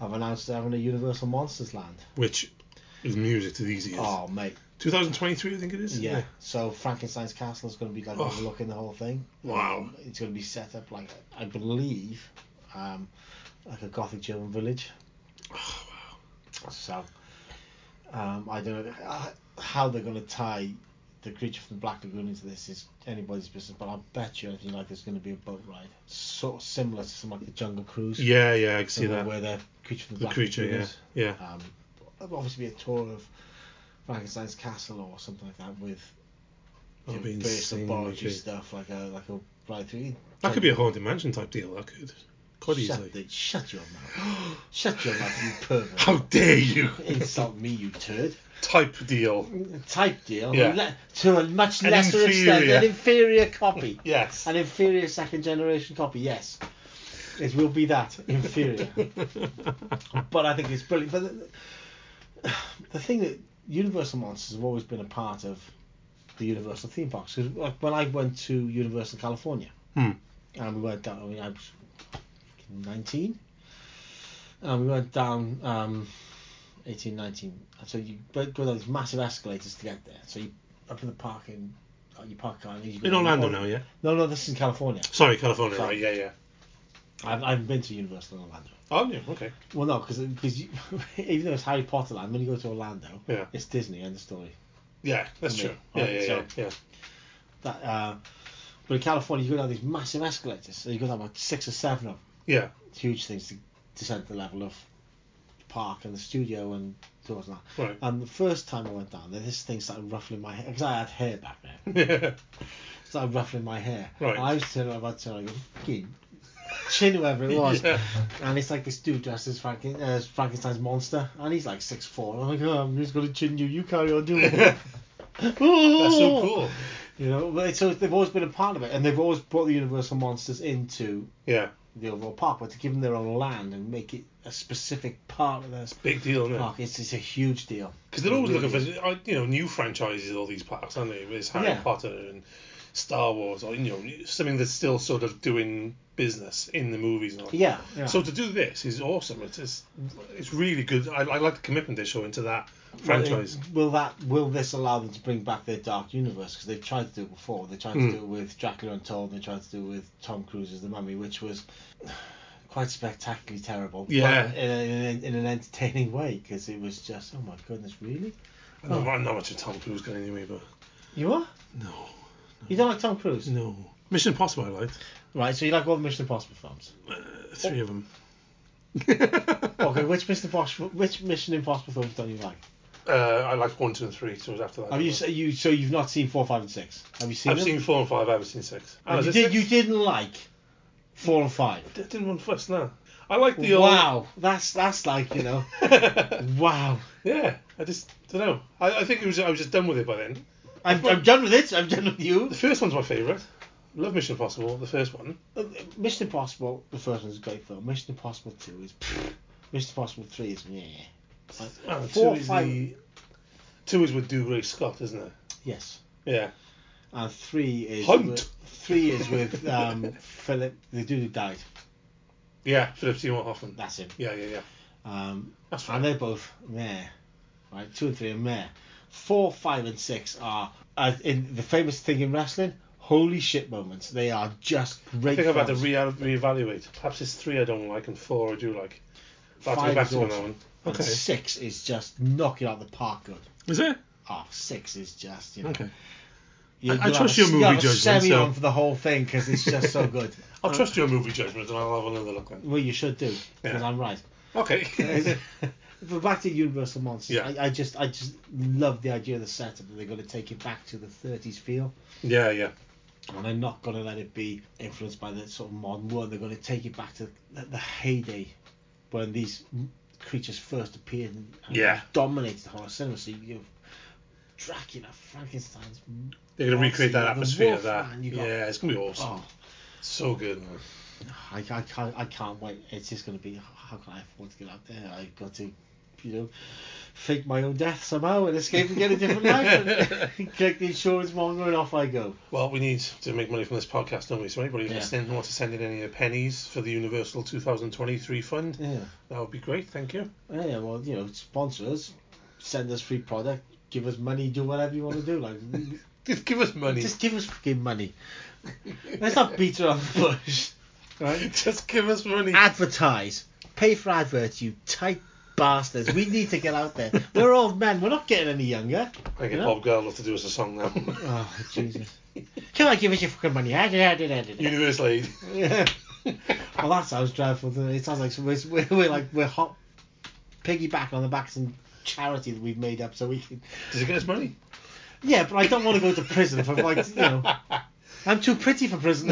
S2: I've announced they're having a Universal Monsters Land.
S1: which is music to these ears.
S2: Oh mate,
S1: 2023, I think it is. isn't
S2: yeah.
S1: it?
S2: So Frankenstein's castle is going to be like
S1: Oh.
S2: overlooking the whole thing.
S1: Wow.
S2: It's going to be set up like I believe, um, like a Gothic German village. Oh wow. So, um, I don't know uh, how they're going to tie the creature from the Black Lagoon into this is anybody's business, but I bet you anything like there's going to be a boat ride, sort of similar to something like the Jungle Cruise.
S1: Yeah, yeah, I can see
S2: somewhere
S1: that.
S2: Where the creature from the,
S1: The
S2: Black
S1: creature,
S2: Lagoon
S1: yeah,
S2: is
S1: yeah.
S2: um, there'll obviously be a tour of Frankenstein's castle or something like that with
S1: That'd be
S2: base
S1: insane,
S2: of biology
S1: okay.
S2: stuff like a like a right through.
S1: That could be a haunted mansion type deal. That could quite easily.
S2: shut, the, shut your mouth. shut your mouth, you pervert.
S1: How dare you?
S2: Insult me, you turd.
S1: type deal.
S2: Type deal.
S1: Yeah.
S2: le- to a much
S1: An
S2: lesser extent,
S1: inferior.
S2: an inferior copy,
S1: Yes.
S2: an inferior second generation copy. Yes, it will be that inferior. but I think it's brilliant. But the, the thing that Universal Monsters have always been a part of the Universal theme parks. 'Cause, like when I went to Universal California,
S1: Hmm.
S2: and we went down. I mean, I was nineteen, and we went down. Um, 18, 19. And So you go go down these massive escalators to get there. So you up in the parking, uh, you park car. And you go
S1: In
S2: down the
S1: Orlando
S2: corridor.
S1: now, yeah.
S2: No, no, this is in California.
S1: Sorry, California,
S2: Sorry.
S1: right? Yeah, yeah.
S2: I've, I haven't been to Universal in Orlando.
S1: Oh, yeah. Okay.
S2: Well, no, because even though it's Harry Potter land, when you go to Orlando,
S1: Yeah.
S2: it's Disney. End of story.
S1: Yeah, that's
S2: Yeah.
S1: true. Yeah,
S2: Alright,
S1: yeah, yeah,
S2: so-
S1: yeah.
S2: That, uh, but in California, you go down these massive escalators. So you go down about six or seven of them.
S1: Yeah.
S2: huge things to descend to the level of the park and the studio and doors and that.
S1: Right.
S2: And the first time I went down there, this thing started ruffling my hair because I had hair back then. It started ruffling my hair.
S1: Right.
S2: And I used to turn around, I'd turn around, and go, fucking chin whoever it was.
S1: Yeah.
S2: And it's like this dude dressed as, Franken- as Frankenstein's monster, and he's like six four. And I'm like, oh, I'm just gonna chin you. You carry on doing it. That's
S1: That's so cool.
S2: You know, but it's, so they've always been a part of it, and they've always brought the Universal monsters into
S1: Yeah.
S2: the overall park, but to give them their own land and make it a specific part of their
S1: Big deal, isn't it?
S2: park, it's, it's a huge deal.
S1: Because they're always
S2: It
S1: looking
S2: really
S1: for
S2: is.
S1: uh, you know new franchises. All these parks, aren't they? There's Harry
S2: Yeah.
S1: Potter and Star Wars, or you know something that's still sort of doing business in the movies. And all. that.
S2: Yeah, yeah.
S1: So to do this is awesome. It's it's, it's really good. I, I like the commitment they're showing to that
S2: Well, it-
S1: franchise.
S2: Will that will this allow them to bring back their dark universe? Because they've tried to do it before. They tried
S1: Mm.
S2: to do it with Dracula Untold. They tried to do it with Tom Cruise's The Mummy, which was quite spectacularly terrible. but
S1: Yeah.
S2: in, a- in, a- in an entertaining way, because it was just oh my goodness, really?
S1: I
S2: Oh.
S1: know, I know much of Tom Cruise got anyway, but
S2: You are?
S1: no,
S2: You don't like Tom Cruise?
S1: no. Mission Impossible, I liked
S2: Right. So you like all the Mission Impossible films?
S1: Uh, three of them.
S2: okay. Which Mission Impossible? Which Mission Impossible films don't you like?
S1: Uh, I liked one, two, and three. So it was after that.
S2: Have you so you so you've not seen four, five, and six? Have you Uh, seen
S1: I've
S2: them?
S1: seen four and five. I haven't seen six.
S2: And
S1: Oh,
S2: you
S1: is it
S2: did. You
S1: six?
S2: didn't like four and five.
S1: I didn't want first now. I like the old.
S2: wow, that's that's like you know, wow.
S1: Yeah, I just don't know. I, I think it was I was just done with it by then.
S2: I'm, I'm done with it. I'm done with you.
S1: The first one's my favourite. Love Mission Impossible, the first one.
S2: Uh, Mission Impossible, the first one's a great film. Mission Impossible two is. pfft. Mission Impossible three is yeah.
S1: Oh, two
S2: Four,
S1: is
S2: five-
S1: the two is with Do Ray Scott, isn't it?
S2: Yes.
S1: Yeah.
S2: And three is
S1: Hunt.
S2: with, three is with um Philip the dude who died.
S1: Yeah, Philip Seymour Hoffman.
S2: That's him.
S1: Yeah, yeah, yeah.
S2: Um,
S1: That's
S2: and
S1: right.
S2: they're both meh. Right, two and three are meh. Four, five, and six are uh, in the famous thing in wrestling. Holy shit moments. They are just great.
S1: I think I've had to
S2: films.
S1: re- reevaluate. Perhaps it's three I don't like and four I do like. I'll have to
S2: Five
S1: go back
S2: is
S1: to it on that
S2: awesome.
S1: one.
S2: And six is just knocking out the park good.
S1: Is it?
S2: Oh, six is just you know.
S1: Okay.
S2: You,
S1: I- I
S2: you'll
S1: trust your
S2: have a,
S1: movie
S2: you'll have
S1: judgment,
S2: A semi
S1: so-
S2: on for the whole thing because it's just so good.
S1: I'll trust your movie judgment and I'll have another look then.
S2: Well, you should do because
S1: Yeah.
S2: I'm right.
S1: Okay.
S2: but back to Universal Monsters.
S1: Yeah.
S2: I, I just I just love the idea of the setup that they're going to take it back to the 30s feel.
S1: yeah, yeah.
S2: and they're not going to let it be influenced by the sort of modern world. They're going to take it back to the, the heyday when these m- creatures first appeared and, and
S1: Yeah.
S2: dominated the horror cinema. So you, you have Dracula, Frankenstein's.
S1: They're gonna recreate that
S2: the
S1: atmosphere. of that
S2: Wolfman, you got-
S1: yeah, it's gonna be awesome.
S2: Oh,
S1: So good. Man.
S2: I, I, can't, I can't wait. It's just going to be how can I afford to get out there? I've got to, you know, fake my own death somehow and escape and get a different life and collect the insurance monger and off I go.
S1: Well, we need to make money from this podcast, don't we? So anybody who's
S2: Yeah.
S1: listening who wants to send in any pennies for the Universal 2023 fund,
S2: Yeah.
S1: that would be great. Thank you.
S2: Yeah, well, you know, sponsor us, send us free product, give us money, do whatever you want to do. Like,
S1: Just give us money.
S2: just give us fucking money. Let's not beat around the bush. Right?
S1: Just give us money.
S2: Ah. Advertise. Pay for adverts, you tight bastards. We need to get out there. We're old men. We're not getting any younger.
S1: I get
S2: Yeah.
S1: Bob Geldof to do us a song now.
S2: Oh, Jesus. Come on, give us your fucking money. Ah, da, da, da, da, da.
S1: Universal aid.
S2: well, that sounds dreadful. Doesn't it? it sounds like some- we're, we're, we're like we're hot piggyback on the back of some charity that we've made up so we can
S1: Does it get us money?
S2: Yeah, but I don't want to go to prison if I'm like, you know, I'm too pretty for prison.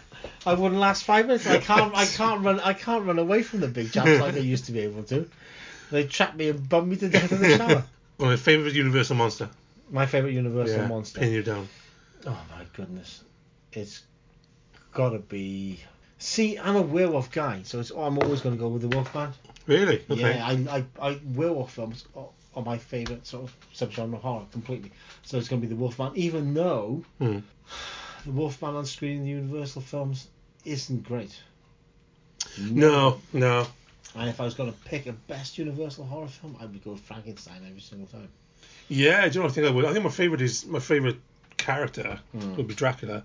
S2: I wouldn't last five minutes. I can't, I can't run, I can't run away from the big chaps like I used to be able to. They trap me and bum me to death in the shower.
S1: Well, my favourite Universal monster.
S2: My favorite Universal monster.
S1: Pin you down.
S2: Oh my goodness, it's gotta be. See, I'm a werewolf guy, so it's I'm always gonna go with the Wolfman.
S1: Really? Okay.
S2: Yeah, I, I, I werewolf films are, are uh, my favourite sort of subgenre of horror completely. So it's going to be the Wolfman, even though
S1: Hmm.
S2: the Wolfman on screen in the Universal films isn't great.
S1: No, no.
S2: And if I was going to pick a best Universal horror film, I would go with Frankenstein every single time.
S1: Yeah, do you know what I think I would? I think my favourite is my favourite character would be Dracula.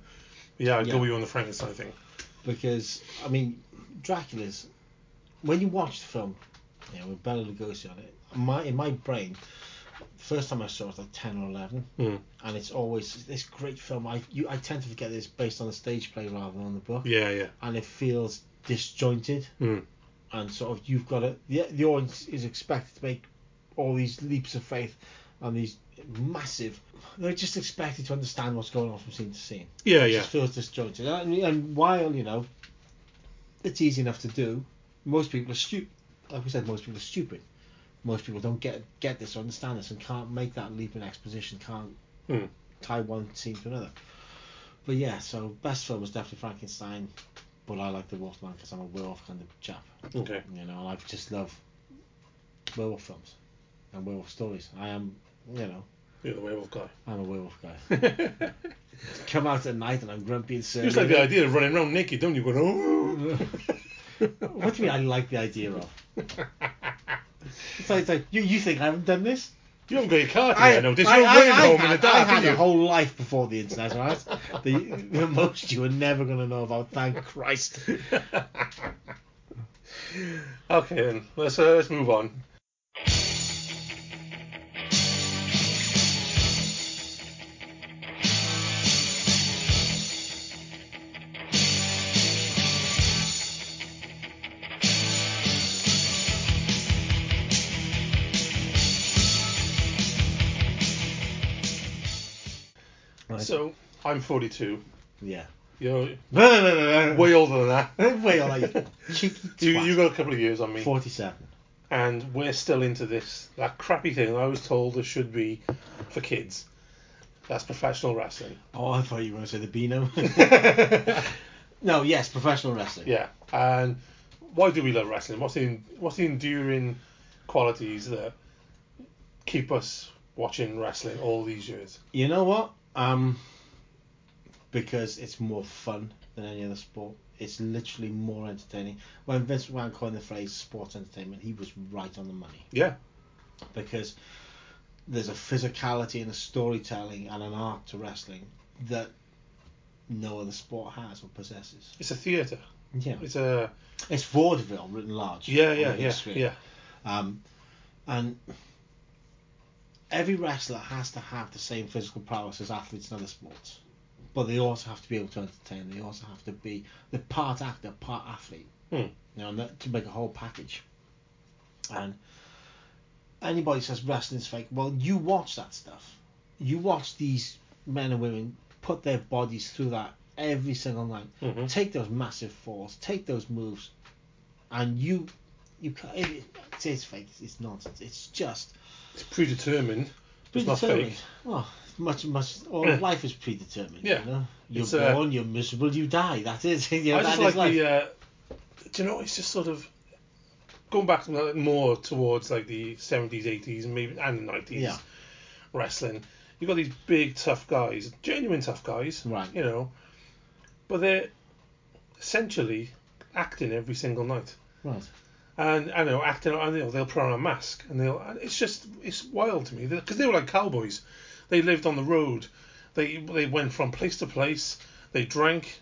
S1: Yeah, I'd
S2: Hmm. Yeah.
S1: go with you on the Frankenstein thing.
S2: Because I mean, Dracula's. When you watch the film, you know, with Bela Lugosi on it, my in my brain, first time I saw it was like ten or eleven,
S1: Mm.
S2: and it's always this great film. I you I tend to forget that it's based on the stage play rather than on the book,
S1: Yeah, yeah.
S2: and it feels disjointed.
S1: Mm.
S2: And sort of you've got to the the audience is expected to make all these leaps of faith and these massive. They're just expected to understand what's going on from scene to scene
S1: Yeah,
S2: it
S1: yeah.
S2: just feels disjointed. And, and while you know, it's easy enough to do. Most people are stupid. Like we said, most people are stupid. Most people don't get get this or understand this and can't make that leap in exposition. Can't
S1: Hmm.
S2: tie one scene to another. But yeah, so best film was definitely Frankenstein. But I like the Wolfman because I'm a werewolf kind of chap.
S1: Okay.
S2: You know, and I just love werewolf films and werewolf stories. I am, you know,
S1: You're the werewolf guy.
S2: I'm a werewolf guy.
S1: you
S2: Come out at night and I'm grumpy and surly.
S1: just like the idea of running around naked, don't you? Going, oh.
S2: What do you mean I like the idea of? It's like, it's like, you, you think I haven't done this?
S1: You haven't got your card in
S2: I,
S1: there, no. This
S2: I-
S1: you're
S2: I-
S1: running
S2: I
S1: home
S2: had,
S1: in the dark,
S2: I had
S1: aren't
S2: a
S1: you?
S2: whole life before the internet, all right? the, the most you were never going to know about, thank Christ.
S1: Okay, then let's uh, let's move on.
S2: Right.
S1: So I'm 42.
S2: yeah.
S1: You're
S2: Way
S1: way older than that.
S2: all like, cheeky
S1: You
S2: twat.
S1: you got a couple of years on me.
S2: 47.
S1: and we're still into this that crappy thing I was told there should be for kids. That's professional wrestling.
S2: Oh, I thought you were going to say the Beano. no, yes, professional wrestling.
S1: Yeah, and why do we love wrestling? What's the en- what's the enduring qualities that keep us watching wrestling all these years?
S2: You know what? Um, because it's more fun than any other sport. It's literally more entertaining. When Vince McMahon coined the phrase "sports entertainment," he was right on the money
S1: Yeah,
S2: because there's a physicality and a storytelling and an art to wrestling that no other sport has or possesses.
S1: it's a theatre.
S2: Yeah,
S1: It's a
S2: it's vaudeville written large.
S1: yeah,
S2: on
S1: yeah,
S2: the big
S1: yeah,
S2: screen.
S1: yeah.
S2: Um, and every wrestler has to have the same physical prowess as athletes in other sports, but they also have to be able to entertain. They also have to be the part actor, part athlete.
S1: Hmm.
S2: You know, and that, to make a whole package. And anybody says wrestling's fake, well, you watch that stuff. You watch these men and women put their bodies through that every single night.
S1: Mhm.
S2: Take those massive falls, take those moves, and you You can't. It, it, it is fake. It's nonsense. It's just
S1: It's predetermined. It's not
S2: predetermined.
S1: fake.
S2: Well, much, much. All of life is predetermined.
S1: Yeah.
S2: You know? You're
S1: It's, uh,
S2: born. you're miserable. You die. That is. You know,
S1: I just
S2: that
S1: like
S2: is life.
S1: the. Uh, do you know? It's just sort of going back to that more towards like the seventies, eighties, maybe and the nineties
S2: Yeah.
S1: wrestling. You've got these big tough guys, genuine tough guys,
S2: Right.
S1: You know, but they're essentially acting every single night.
S2: Right.
S1: And I know acting, and you know, they'll put on a mask, and they'll. and It's just, it's wild to me because they were like cowboys. They lived on the road. They they went from place to place. They drank.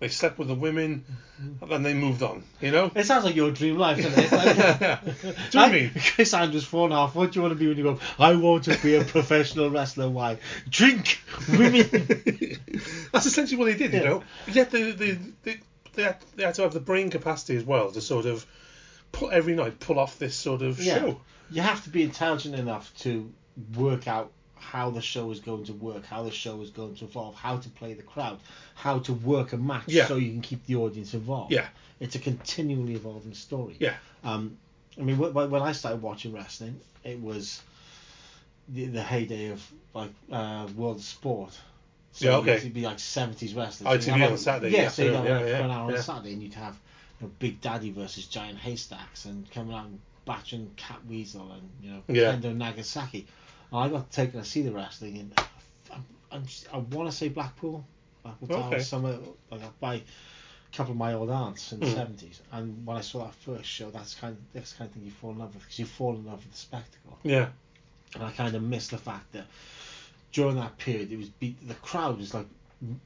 S1: They slept with the women, and
S2: Mm-hmm.
S1: then they moved on. You know.
S2: It sounds like your dream life, doesn't it? It's like,
S1: Do you know what I mean?
S2: Chris Andrews, four and a half. What do you want to be when you grow up? I want to be a professional wrestler. Why? Drink, women.
S1: That's essentially what they did, you
S2: Yeah.
S1: know. Yet they they, they they had they had to have the brain capacity as well to sort of pull every night pull off this sort of
S2: Yeah.
S1: show.
S2: you have to be intelligent enough to work out how the show is going to work, how the show is going to evolve, how to play the crowd, how to work a match
S1: Yeah.
S2: so you can keep the audience involved.
S1: Yeah.
S2: It's a continually evolving story.
S1: Yeah.
S2: Um, I mean, wh- wh- when I started watching wrestling, it was the, the heyday of like uh, world sport. So
S1: Yeah, okay.
S2: It'd be like seventies wrestling.
S1: Oh,
S2: you'd
S1: TV
S2: have,
S1: on
S2: like-
S1: Saturday
S2: Yeah, so you'd have
S1: afternoon,
S2: like
S1: yeah,
S2: for an
S1: yeah,
S2: hour
S1: yeah.
S2: on Saturday, and you'd have you know, Big Daddy versus Giant Haystacks, and coming out and batching Cat Weasel, and you know
S1: Yeah.
S2: Kendo Nagasaki. And I got taken to see the wrestling, and I'm, I'm just, I want to say Blackpool, Blackpool Town,
S1: Okay.
S2: somewhere like that, by a couple of my old aunts in the
S1: Hmm.
S2: seventies. And when I saw that first show, that's kind of, that's the kind of thing you fall in love with because you fall in love with the spectacle.
S1: Yeah.
S2: And I kind of missed the fact that during that period, it was be, the crowd was like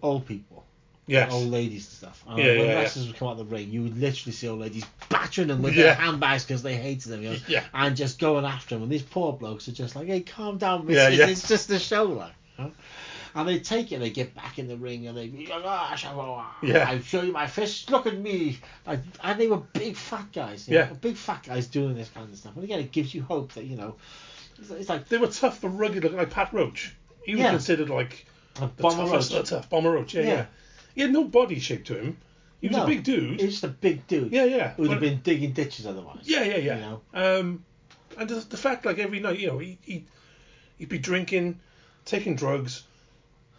S2: old people,
S1: Yes.
S2: old ladies and stuff. And
S1: Yeah,
S2: when
S1: yeah, yeah.
S2: wrestlers would come out the ring, you would literally see old ladies battering them with
S1: Yeah.
S2: their handbags because they hated them, you know,
S1: Yeah.
S2: and just going after them. And these poor blokes are just like, "Hey, calm down, miss.
S1: Yeah,
S2: it's,
S1: yeah.
S2: it's just a show, like." you know? And they take it, they get back in the ring, and they, "Ah,
S1: Yeah.
S2: I show you my fist, look at me. Like, and they were big fat guys. you
S1: Yeah.
S2: know, Big fat guys doing this kind of stuff. And again, it gives you hope that, you know, it's, it's like
S1: They were tough but rugged looking like Pat Roach. He was
S2: Yeah.
S1: considered like
S2: a
S1: the
S2: bomber
S1: toughest of
S2: roach.
S1: the tough. Bomber Roach, yeah,
S2: Yeah.
S1: yeah, He had no body shape to him. He was
S2: No,
S1: a big dude.
S2: It's just a big dude.
S1: yeah, yeah.
S2: Who would have
S1: But-
S2: been digging ditches otherwise.
S1: Yeah, yeah, yeah.
S2: You know?
S1: Um, and the, the fact, like every night, you know, he he he'd be drinking, taking drugs,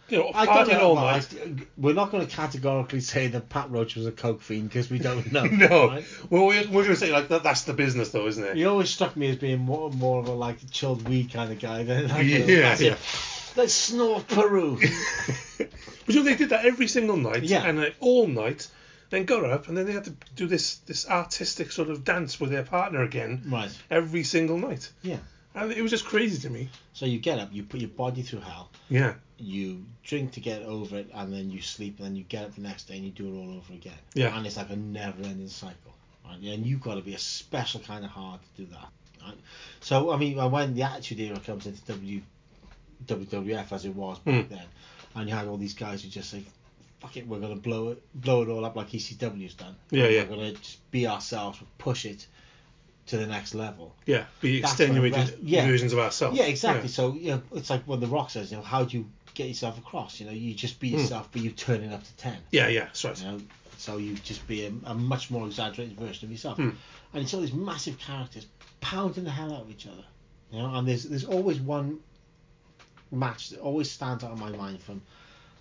S1: you know,
S2: I don't
S1: partying
S2: know.
S1: all
S2: well,
S1: night.
S2: I- we're not going to categorically say that Pat Roach was a coke fiend because we don't know.
S1: No,
S2: right?
S1: well, we're, we're gonna say like that, that's the business, though, isn't it?
S2: He always struck me as being more, more of a like chilled weed kind of guy than like,
S1: Yeah,
S2: you know, that's
S1: yeah.
S2: it. Let's snort Peru.
S1: But you know, they did that every single night,
S2: Yeah.
S1: and like, all night. Then got up, and then they had to do this this artistic sort of dance with their partner again
S2: right.
S1: every single night,
S2: Yeah.
S1: and it was just crazy to me.
S2: So you get up, you put your body through hell,
S1: Yeah,
S2: you drink to get over it, and then you sleep, and then you get up the next day and you do it all over again.
S1: Yeah.
S2: And it's like a never-ending cycle. Right? And you've got to be a special kind of hard to do that. Right? So I mean, when the Attitude Era comes into W WWF as it was back
S1: Hmm.
S2: then, and you had all these guys who just say, "Fuck it, we're gonna blow it, blow it all up like ECW's done.
S1: Yeah,
S2: And
S1: yeah.
S2: We're gonna just be ourselves, push it to the next level."
S1: yeah, the
S2: That's when
S1: extenuated
S2: rest- yeah.
S1: versions of ourselves.
S2: Yeah, exactly. So you know, it's like when The Rock says, you know, how do you get yourself across? You know, you just be yourself, but you turn it up to ten.
S1: Yeah, yeah, yeah that's right.
S2: You know, so you just be a, a much more exaggerated version of yourself. And it's all these massive characters pounding the hell out of each other. You know, and there's there's always one match that always stands out in my mind from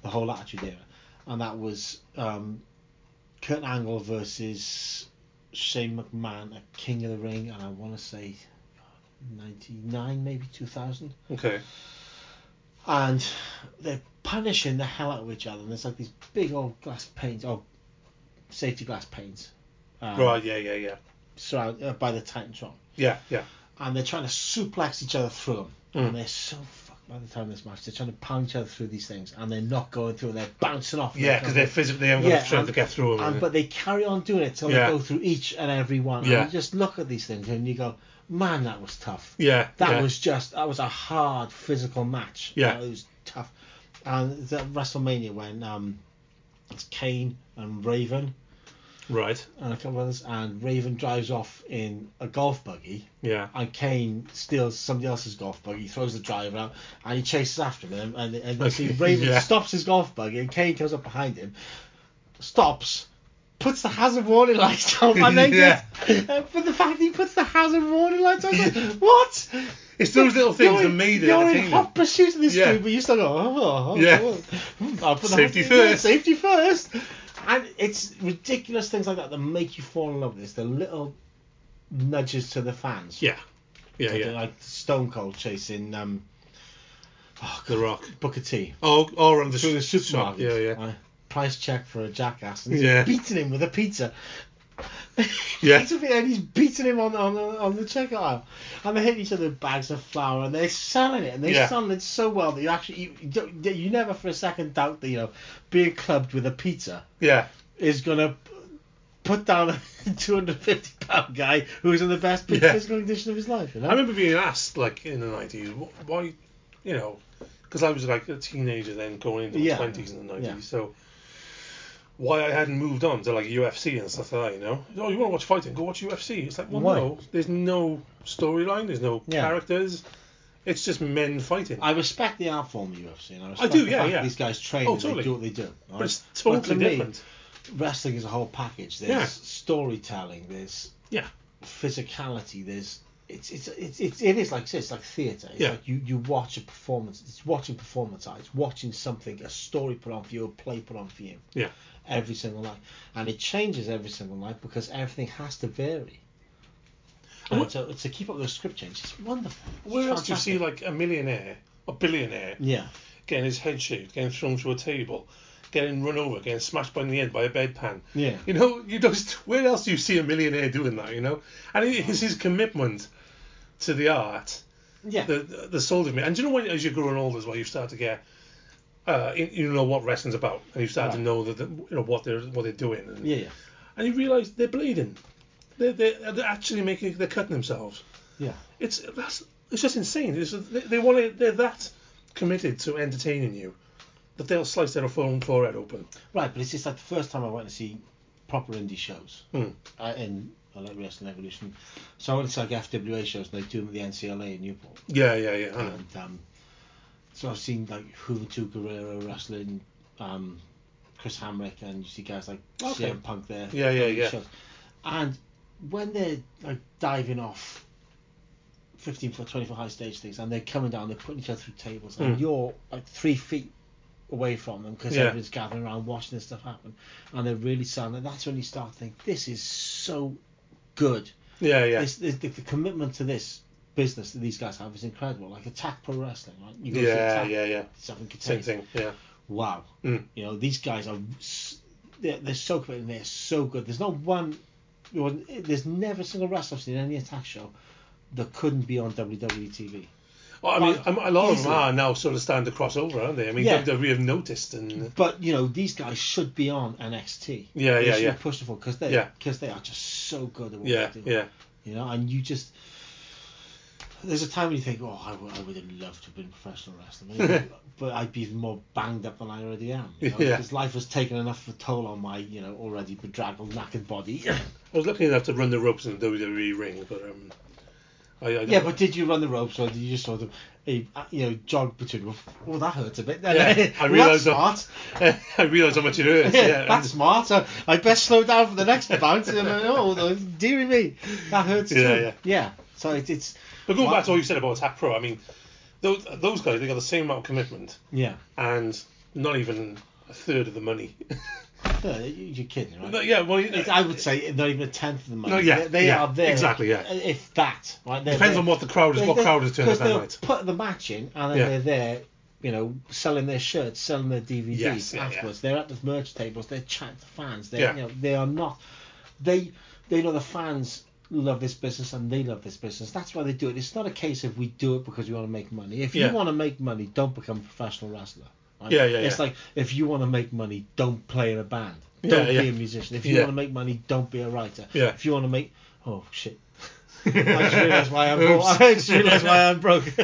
S2: the whole Attitude Era, and that was um, Kurt Angle versus Shane McMahon at King of the Ring, and I want to say. 99 maybe 2000
S1: Okay.
S2: and they're punishing the hell out of each other. And there's like these big old glass panes, oh, safety glass panes, um,
S1: Right. Yeah. Yeah. Yeah.
S2: surround, uh, by the Titantron,
S1: Yeah. Yeah.
S2: and they're trying to suplex each other through them.
S1: Mm.
S2: And they're so fucked by the time of this match. They're trying to pound each other through these things, and they're not going through. And they're bouncing off. and
S1: Yeah, because
S2: coming-
S1: they're physically they haven't got the strength
S2: and-
S1: to get through them.
S2: and- um, but they carry on doing it till
S1: Yeah.
S2: they go through each and every one.
S1: Yeah.
S2: And you just look at these things and you go, man, that was tough.
S1: yeah,
S2: That
S1: yeah.
S2: was just that was a hard physical match.
S1: Yeah.
S2: Uh, it was tough. And the WrestleMania when um, it's Kane and Raven
S1: right.
S2: and a couple others, and Raven drives off in a golf buggy,
S1: Yeah,
S2: and Kane steals somebody else's golf buggy, throws the driver out, and he chases after him, and, and, and you see
S1: Okay,
S2: Raven
S1: yeah.
S2: stops his golf buggy, and Kane comes up behind him, stops, puts the hazard warning lights on, and then
S1: Yeah.
S2: gets, uh, but the fact that he puts the hazard warning lights on, it's like, what?
S1: It's those little things
S2: You're
S1: that
S2: in-
S1: made it
S2: You're in
S1: entertaining.
S2: hot pursuit of this
S1: Yeah.
S2: dude, but you still go, oh, oh, oh,
S1: Yeah.
S2: oh, hmm, I'll put the
S1: Safety
S2: hazard- yeah,
S1: first.
S2: Safety first. And it's ridiculous things like that that make you fall in love with this. The little nudges to the fans.
S1: Yeah, yeah,
S2: Like-
S1: yeah.
S2: Like Stone Cold chasing um,
S1: Oh, The Rock.
S2: Booker T.
S1: Oh, all around the,
S2: through the
S1: sh- shop.
S2: supermarket.
S1: Yeah, yeah,
S2: uh, price check for a jackass. And he's
S1: Yeah.
S2: beating him with a pizza.
S1: Yeah.
S2: Pizza pit, and he's beating him on on on the checkout aisle, and they hit each other with bags of flour, and they're selling it, and they're
S1: Yeah.
S2: selling it so well that you actually you, you, don't- you never for a second doubt that you know being clubbed with a pizza
S1: yeah.
S2: is gonna put down a 250 pound guy who's in the best physical
S1: Yeah.
S2: condition of his life. You know?
S1: I remember being asked, like in the nineties, why, you know, because I was like a teenager then, going into
S2: Yeah.
S1: my twenties in the nineties,
S2: Yeah.
S1: so why I hadn't moved on to like UFC and stuff like that, you know? Oh, you want to watch fighting? Go watch UFC. It's like, well,
S2: Why?
S1: no, there's no storyline, there's no
S2: Yeah.
S1: characters. It's just men fighting.
S2: I respect the art form of UFC, and I respect
S1: do,
S2: the
S1: yeah,
S2: fact
S1: yeah.
S2: these guys train
S1: Oh,
S2: and they
S1: totally.
S2: do what they do.
S1: but it's
S2: But
S1: totally
S2: to me,
S1: different.
S2: wrestling is a whole package. There's
S1: Yeah.
S2: storytelling. There's
S1: Yeah.
S2: physicality. There's it's it's it's, it's it is like I said, it's like theatre. It's
S1: Yeah.
S2: like you you watch a performance. It's watching performance art. It's watching something a story put on for you, a play put on for you.
S1: Yeah.
S2: Every single night, and it changes every single night because everything has to vary.
S1: And
S2: And to, to keep up with the script change, it's wonderful. It's
S1: Where else do you see
S2: fantastic.
S1: like a millionaire, a billionaire,
S2: Yeah.
S1: getting his head shaved, getting thrown through a table, getting run over, getting smashed by the end by a bedpan?
S2: Yeah.
S1: You know, you just where else do you see a millionaire doing that? You know, and it- it's his commitment to the art
S2: Yeah.
S1: that that sold me. And do you know when, as you're growing older, is where you start to get, uh, you- you know what wrestling's about, and you start to
S2: Right.
S1: know that the, you know what they're what they're doing, and,
S2: yeah. Yeah.
S1: and you realise they're bleeding, they're, they're they're actually making they're cutting themselves.
S2: Yeah.
S1: It's that's it's just insane. It's, they, they want to, they're that committed to entertaining you that they'll slice their own forehead open.
S2: Right, but it's just like the first time I went to see proper indie shows
S1: Hmm.
S2: uh, in I like Wrestling Evolution. So I went to like FWA shows and they do them at the NCLA in Newport.
S1: Yeah, yeah, yeah. I know.
S2: And um, so I've seen like Juventud Guerrero wrestling, um, Chris Hamrick, and you see guys like
S1: Okay.
S2: CM Punk there.
S1: Yeah, yeah,
S2: doing these
S1: yeah.
S2: And when they're like diving off 15 foot, 20 foot high stage things, and they're coming down, they're putting each other through tables, and
S1: Mm.
S2: you're like three feet away from them because
S1: Yeah.
S2: everyone's gathering around watching this stuff happen, and they're really silent. And that's when you start to think, this is so good
S1: Yeah, yeah.
S2: this, this, the, the commitment to this business that these guys have is incredible. Like Attack Pro Wrestling, right? You go to
S1: Yeah,
S2: Attack,
S1: yeah, yeah.
S2: Stuff in
S1: Same
S2: Contagious.
S1: thing. Yeah.
S2: Wow.
S1: Mm.
S2: You know, these guys are s- they're, they're so committed and they're so good. There's not one, there wasn't- there's never a single wrestler I've seen in any Attack show that couldn't be on E WWE TV.
S1: Well, I mean,
S2: Like,
S1: I'm- a lot of them
S2: easily.
S1: are now sort of starting to cross over, aren't they? I mean,
S2: Yeah. Mm.
S1: WWE have noticed, and
S2: But you know, these guys should be on NXT.
S1: Yeah,
S2: they
S1: yeah,
S2: should
S1: yeah.
S2: Be pushing for because they
S1: Yeah.
S2: because they are just so good at what
S1: yeah,
S2: they do.
S1: yeah,
S2: You know, and you just there's a time when you think, oh, I would, I would have loved to have been a professional wrestler, maybe, but I'd be even more banged up than I already am. You know?
S1: Yeah.
S2: Because life has taken enough of a toll on my, you know, already bedraggled, knackered body.
S1: I was lucky enough to run the ropes in the WWE ring, but um, I, I don't
S2: yeah,
S1: know.
S2: but did you run the ropes or did you just sort of, eh, you know, jog between? them? Oh, that hurts a bit. Then.
S1: Yeah, I
S2: Well,
S1: realised that.
S2: that's smart.
S1: I realised how much it hurts. Yeah,
S2: Yeah, that's
S1: and-
S2: smart. I, I best slow down for the next bounce. And, uh, oh, dearie me, that hurts
S1: Yeah,
S2: too.
S1: yeah.
S2: So it, it's
S1: But going
S2: Well-
S1: back to what you said about Attack Pro, I mean, those those guys they got the same amount of commitment
S2: yeah.
S1: and not even a third of the money.
S2: No, you- You're kidding, right?
S1: But yeah, well, you know,
S2: It's- I would say not even a tenth of the money.
S1: No, yeah,
S2: they, they
S1: yeah,
S2: are there.
S1: exactly, yeah.
S2: If that, right? They're
S1: depends
S2: there.
S1: on what the crowd is,
S2: They-
S1: what
S2: they-
S1: crowd is turning up
S2: 'cause
S1: that
S2: they'll
S1: night.
S2: Put the match in, and then
S1: Yeah.
S2: they're there, you know, selling their shirts, selling their DVDs
S1: Yes, yeah, yeah.
S2: afterwards. They're at the merch tables. They're chatting to fans. They,
S1: Yeah.
S2: are you know, they are not. They, they know the fans love this business and they love this business. That's why they do it. It's not a case of we do it because we want to make money. If
S1: Yeah.
S2: you want to make money, don't become a professional wrestler. right?
S1: Yeah, yeah,
S2: It's
S1: yeah.
S2: like if you want to make money, don't play in a band.
S1: Yeah,
S2: Don't
S1: yeah.
S2: be a musician. If you
S1: Yeah.
S2: want to make money, don't be a writer.
S1: Yeah.
S2: If you want to make, oh shit, I just realised why I'm broke. I just realised why I'm broke.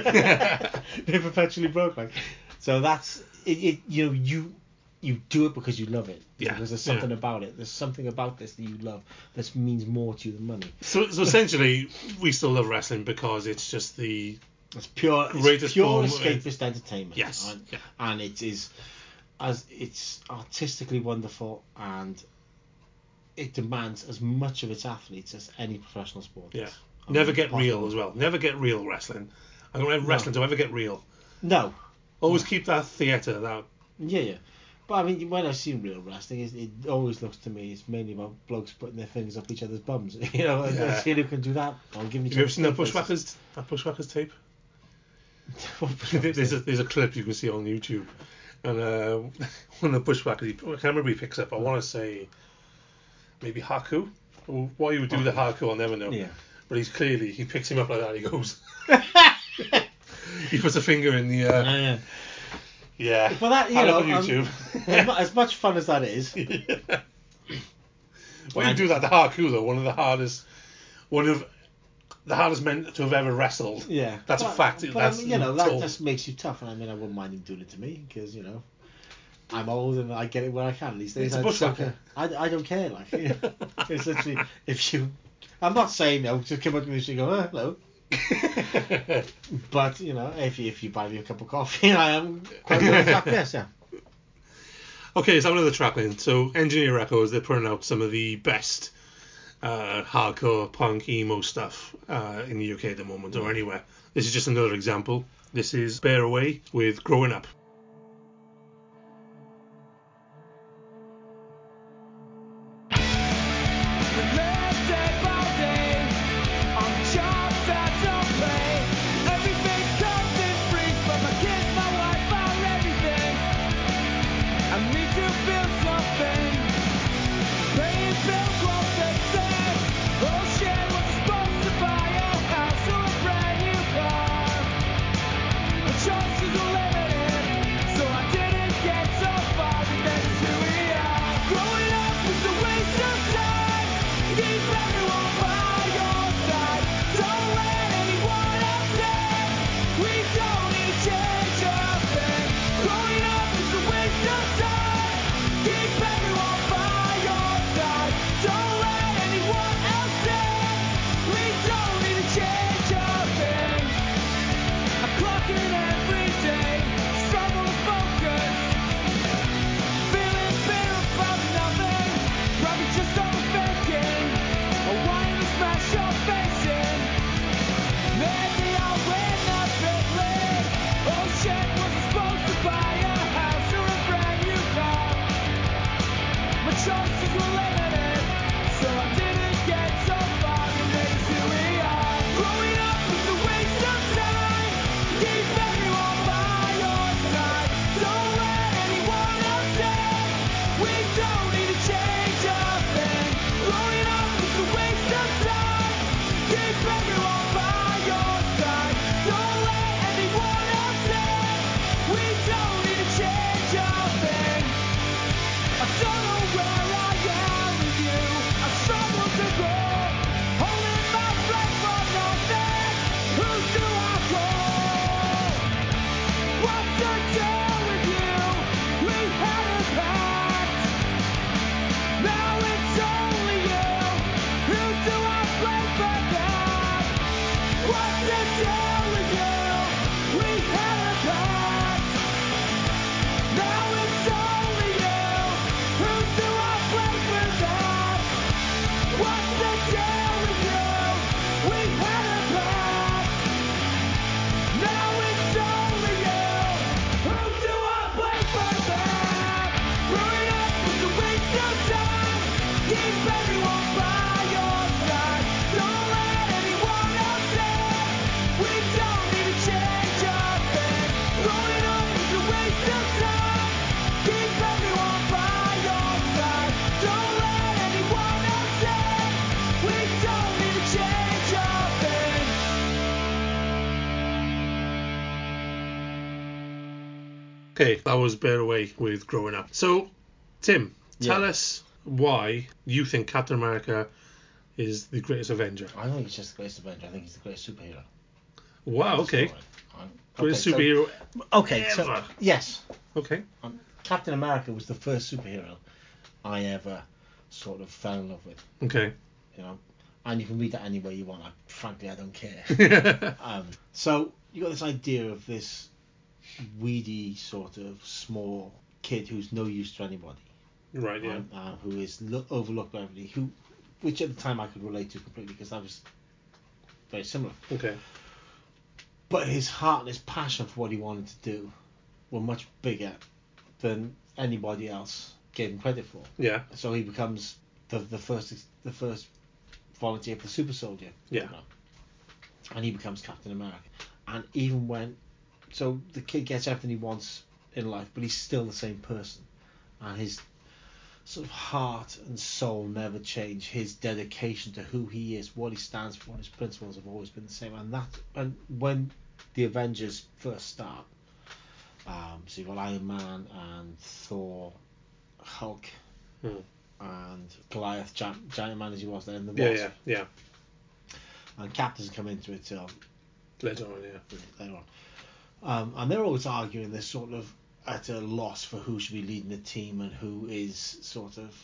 S2: They're perpetually broke, like. So that's it, it. You know, you you do it because you love it.
S1: Yeah,
S2: Because there's something
S1: yeah.
S2: about it. There's something about this that you love. This means more to you than money.
S1: So, so essentially, we still love wrestling because it's just the
S2: It's pure.
S1: Greatest
S2: it's pure
S1: form of-
S2: escapist entertainment.
S1: Yes,
S2: And,
S1: yeah.
S2: and it is, as it's artistically wonderful and it demands as much of its athletes as any professional sport.
S9: Yeah.
S2: does. I
S9: Never
S2: mean,
S9: get real
S2: possible.
S9: as well. Never get real wrestling. I don't want wrestling to ever get real.
S2: No.
S9: Always keep that theatre, that
S2: Yeah, yeah. But I mean, when I've seen real wrestling, it, it always looks to me it's mainly about blokes putting their fingers up each other's bums. you know, like,
S9: Yeah.
S2: let's see who can do that. I'll give
S9: Have you ever seen that Bushwhackers, that Bushwhackers tape? there's, a, there's a clip you can see on YouTube. And uh, one of the Bushwhackers, he- I can't remember who he picks up, I want to say maybe Haku. Or Why you would do the Haku, I'll never know.
S2: Yeah.
S9: But he's clearly, he picks him up like that, he goes. he puts a finger in the. Uh,
S2: Yeah.
S9: yeah.
S2: But that, you
S9: Had it
S2: know,
S9: on
S2: um, As mu-
S9: YouTube.
S2: as much fun as that is,
S9: Why you do that to Haku, though? One of the hardest. One of the hardest men to have ever wrestled.
S2: yeah,
S9: That's a
S2: But-
S9: fact.
S2: But
S9: That's
S2: I mean, you know, that
S9: told.
S2: just makes you tough, and I mean, I wouldn't mind him doing it to me because you know, I'm old and I get it where I can these days.
S9: It's a
S2: I just don't
S9: bushwhacker.
S2: care. I, I don't care. Like, you know, it's literally if you, I'm not saying no, just come up to me and go, oh, hello. But you know, if you, if you buy me a cup of coffee, I am quite willing to yes, yeah.
S9: Okay, so another track then. So Engineer Records, they're putting out some of the best uh, hardcore punk emo stuff uh, in the UK at the moment, or anywhere. This is just another example. This is Bear Away with Growing Up. Okay, that was Bear Away with Growing Up. So, Tim, tell
S2: Yeah.
S9: us why you think Captain America is the greatest Avenger.
S2: I don't think he's just the greatest Avenger. I think he's the greatest superhero.
S9: Wow, Oh, okay. Greatest
S2: Okay, so-
S9: superhero.
S2: Okay, so
S9: Ever.
S2: yes,
S9: Okay.
S2: Captain America was the first superhero I ever sort of fell in love with.
S9: Okay.
S2: you know, and you can read that any way you want. I, frankly, I don't care.
S9: yeah.
S2: um, so you got this idea of this weedy sort of small kid who's no use to anybody,
S1: Right, yeah.
S2: um, uh, who is lo- overlooked by everybody, who, which at the time I could relate to completely because I was very similar.
S1: Okay.
S2: But his heart and his passion for what he wanted to do were much bigger than anybody else gave him credit for.
S1: Yeah.
S2: So he becomes the, the first the first volunteer for the Super Soldier.
S1: Yeah.
S2: program. And he becomes Captain America. And even when, so the kid gets everything he wants in life, but he's still the same person, and his sort of heart and soul never change. His dedication to who he is, what he stands for, and his principles have always been the same. And that, and when the Avengers first start, um, so you've got Iron Man and Thor, Hulk,
S1: Hmm.
S2: and Goliath, giant, giant man as he was then, the
S1: Yeah,
S2: Wasp.
S1: yeah, yeah.
S2: And Cap doesn't come into it till
S1: Later on, yeah.
S2: later on. Um, and they're always arguing this sort of at a loss for who should be leading the team and who is sort of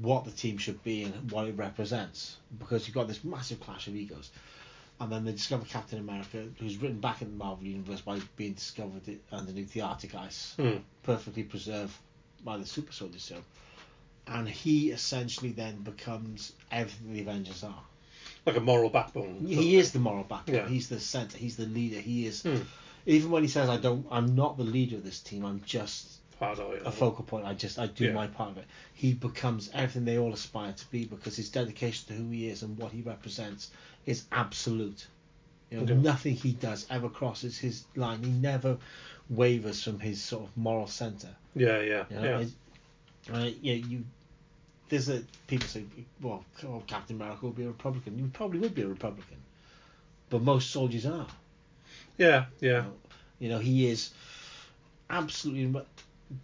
S2: what the team should be and what it represents because you've got this massive clash of egos. And then they discover Captain America, who's written back in the Marvel Universe by being discovered i- underneath the Arctic ice,
S1: Hmm.
S2: perfectly preserved by the Super Soldier Serum. And he essentially then becomes everything the Avengers are.
S1: Like a moral backbone.
S2: He is the moral backbone.
S1: Yeah.
S2: He's the center. He's the leader. He is.
S1: Hmm.
S2: Even when he says, "I don't. I'm not the leader of this team. I'm just
S1: Part of it.
S2: a focal point. I just. I do
S1: Yeah.
S2: my part of it." He becomes everything they all aspire to be because his dedication to who he is and what he represents is absolute. You know,
S1: Okay.
S2: nothing he does ever crosses his line. He never wavers from his sort of moral center.
S1: Yeah, yeah,
S2: You
S1: yeah.
S2: know, it's- uh, yeah, you. There's a people say, well, oh, Captain America will be a Republican. You probably would be a Republican, but most soldiers are.
S1: Yeah, yeah.
S2: You know, he is absolutely mu-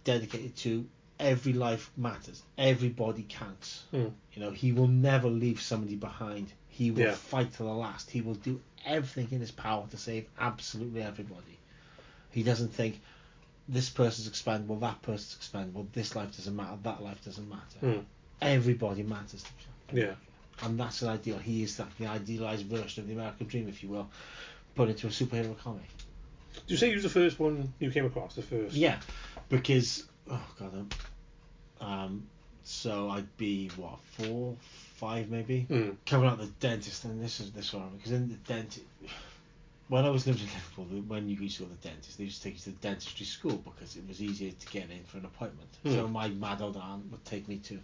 S2: dedicated to every life matters. Everybody counts.
S1: Mm.
S2: You know, he will never leave somebody behind. He will
S1: Yeah.
S2: fight to the last. He will do everything in his power to save absolutely everybody. He doesn't think this person's expendable, that person's expendable, this life doesn't matter, that life doesn't matter.
S1: Mm.
S2: Everybody matters to him
S1: Yeah.
S2: and that's an ideal. He is that the idealized version of the American dream, if you will, put into a superhero comic.
S1: Did you say he was the first one you came across? The first?
S2: Yeah, because oh god, um, um, so I'd be what four, five maybe
S1: Mm.
S2: coming out of the dentist, and this is this one because in the dentist. When I was living in Liverpool, the- when you used to go to the dentist, they used to take you to the dentistry school because it was easier to get in for an appointment.
S1: Hmm.
S2: So my mad old aunt would take me to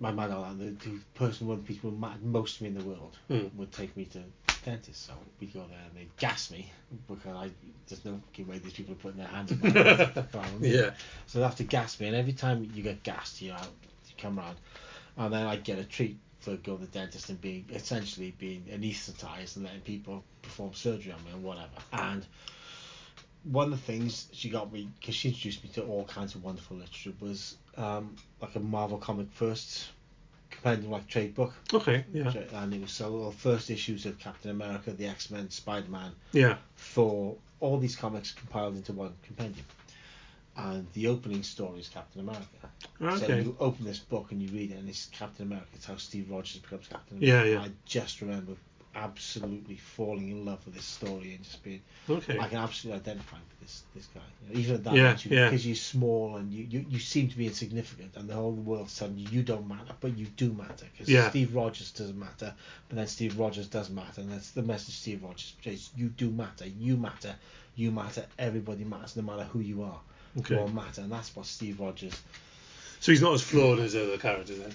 S2: my mad old aunt, the, the person one people mad most to me in the world,
S1: Hmm.
S2: would take me to dentist. So we go there and they gas me because I there's no fucking way these people are putting their hands in my mouth.
S1: Yeah.
S2: So they have to gas me, and every time you get gassed, you know, you come round, and then I get a treat for going to the dentist and being essentially being anaesthetized and letting people perform surgery on me and whatever. And one of the things she got me because she introduced me to all kinds of wonderful literature was um, like a Marvel comic first compendium like trade book
S1: Okay. Yeah.
S2: and it was so well, first issues of Captain America, the X Men, Spider Man,
S1: Yeah.
S2: Thor, all these comics compiled into one compendium. And the opening story is Captain America. So
S1: Okay.
S2: you open this book and you read it, and it's Captain America. It's how Steve Rogers becomes Captain
S1: Yeah,
S2: America.
S1: yeah.
S2: I just remember absolutely falling in love with this story and just being
S1: Okay.
S2: I can absolutely identify with this this guy. You know, even at that
S1: Yeah,
S2: age, you,
S1: yeah.
S2: because you're small and you, you, you seem to be insignificant, and the whole world's telling you you don't matter, but you do matter because
S1: Yeah.
S2: Steve Rogers doesn't matter, but then Steve Rogers does matter, and that's the message Steve Rogers portrays. You do matter, you matter, you matter. Everybody matters, no matter who you are.
S1: Okay.
S2: You all matter, and that's what Steve Rogers.
S1: So he's not as flawed as other characters then,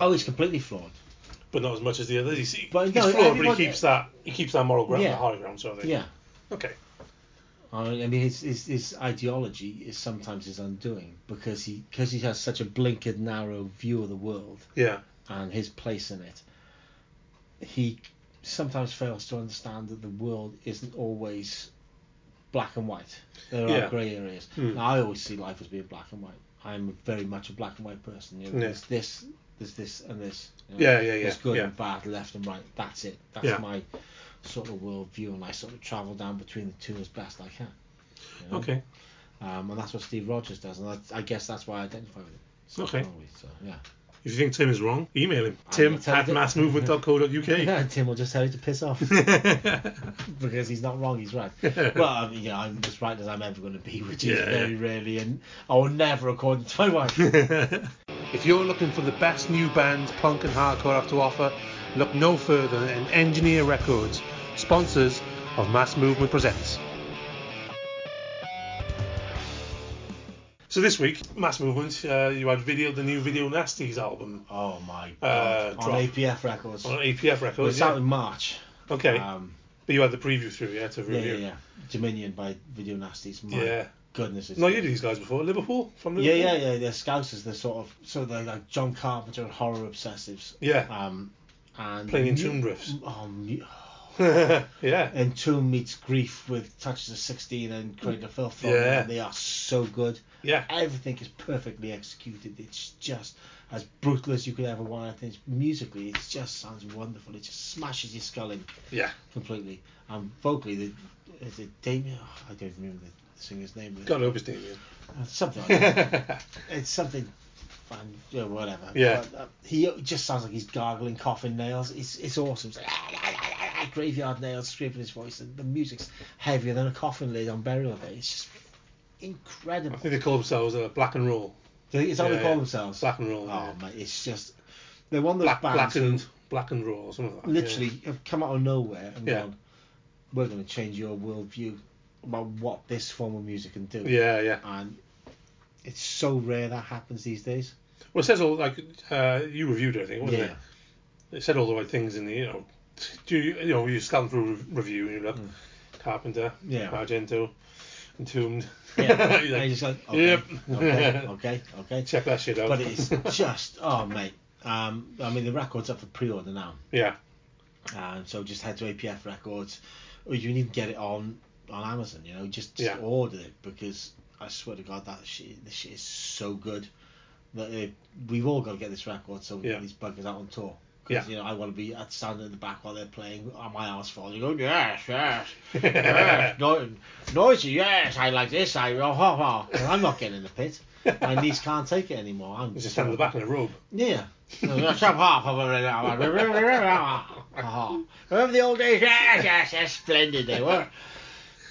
S2: Oh, he's completely flawed.
S1: but not as much as the others. He's, he-
S2: But
S1: he's
S2: no,
S1: flawed, but
S2: everybody-
S1: he keeps that he keeps that moral ground,
S2: Yeah.
S1: that high ground sort of thing.
S2: Yeah.
S1: Okay.
S2: I mean, I mean, his, his his ideology is sometimes his undoing because he because he has such a blinkered, narrow view of the world.
S1: Yeah.
S2: and his place in it, he sometimes fails to understand that the world isn't always black and white. There are
S1: Yeah.
S2: grey areas.
S1: Hmm.
S2: Now, I always see life as being black and white. I'm very much a black and white person. You know,
S1: Yeah.
S2: There's this, there's this, and this. you know.
S1: Yeah, yeah, yeah,
S2: There's good
S1: yeah.
S2: and bad, left and right. That's it. That's
S1: Yeah.
S2: my sort of world view, and I sort of travel down between the two as best I can. you know.
S1: Okay.
S2: Um, and that's what Steve Rogers does, and that's, I guess that's why I identify with him. So,
S1: Okay.
S2: So, yeah.
S1: If you think Tim is wrong, email him. Tim
S2: gonna tell
S1: at
S2: you-
S1: massmovement.co.uk.
S2: Tim will just tell you to piss off because he's not wrong, he's right. well, I mean, yeah, I'm as right as I'm ever going to be, which is
S1: Yeah,
S2: very
S1: yeah.
S2: rarely, and I will never, according to my wife.
S1: if you're looking for the best new bands punk and hardcore have to offer, look no further than Engineer Records, sponsors of Mass Movement Presents. So this week, Mass Movement, uh, you had video the new Video Nasties album
S2: oh my
S1: Uh,
S2: god! on
S1: drop.
S2: APF Records,
S1: on APF Records.
S2: it's out in March.
S1: Okay,
S2: Um,
S1: but you had the preview through, yeah, to
S2: yeah,
S1: review.
S2: yeah, yeah. Dominion by Video Nasties. My
S1: Yeah.
S2: goodness. it's
S1: No, you did these guys before. Liverpool from
S2: Yeah,
S1: Liverpool.
S2: yeah, yeah. They're scousers. They're sort of so they're like John Carpenter and horror obsessives.
S1: yeah.
S2: Um, and
S1: Playing in tune riffs.
S2: Oh, mu-
S1: Yeah, yeah.
S2: and Tomb meets Grief with touches of 16 and Cradle of Filth. on it,
S1: Yeah.
S2: and they are so good.
S1: yeah.
S2: Everything is perfectly executed. It's just as brutal as you could ever want. I think it's- musically, it just sounds wonderful. It just smashes your skull in completely. And vocally, the, is it Damien? Oh, I don't remember the singer's name. but-
S1: God, I hope it's Damien.
S2: Something like that. it's something fun, yeah, whatever.
S1: Yeah.
S2: But, uh, he just sounds like he's gargling, coughing nails. It's it's awesome. It's like, ah, graveyard nails scraping his voice. And the music's heavier than a coffin lid on burial day. It's just
S1: I
S2: incredible.
S1: think they call themselves uh, Black and Roll.
S2: Is that what
S1: Yeah,
S2: they call
S1: yeah.
S2: themselves?
S1: Black and Roll. yeah.
S2: Oh man, it's just they're one of those
S1: Black,
S2: bands
S1: black
S2: who
S1: and black and Roll or something like that. yeah.
S2: literally have come out of nowhere and
S1: Yeah.
S2: gone, "We're going to change your worldview about what this form of music can do."
S1: Yeah, yeah.
S2: And it's so rare that happens these days.
S1: Well, it says all like uh, you reviewed it, I think, wasn't
S2: Yeah.
S1: it? It said all the right things in the you know, do you, you know you scan through re- review and you look Carpenter,
S2: Mm. Yeah.
S1: Argento, Entombed.
S2: Yeah,
S1: You're like,
S2: and it's like, okay,
S1: yep.
S2: okay, okay, okay.
S1: Check that shit out.
S2: But it's just, oh mate. Um, I mean the record's up for pre-order now,
S1: yeah,
S2: um, so just head to APF Records, or you can even get it on on Amazon. You know, just, just
S1: Yeah.
S2: order it because I swear to God that shit, this shit is so good that it, we've all got to get this record so we
S1: Yeah.
S2: can get these buggers out on tour.
S1: Yeah.
S2: Because you know I want to be at standing in the back while they're playing on my arse full. You go yes, yes, yes, no, noisy, yes. I like this. I oh, oh, oh. I'm not getting in the pit. My knees can't take it anymore. I'm
S1: just stand in the back in a robe.
S2: yeah. Remember the old days? Yes, yes, yes, splendid they were.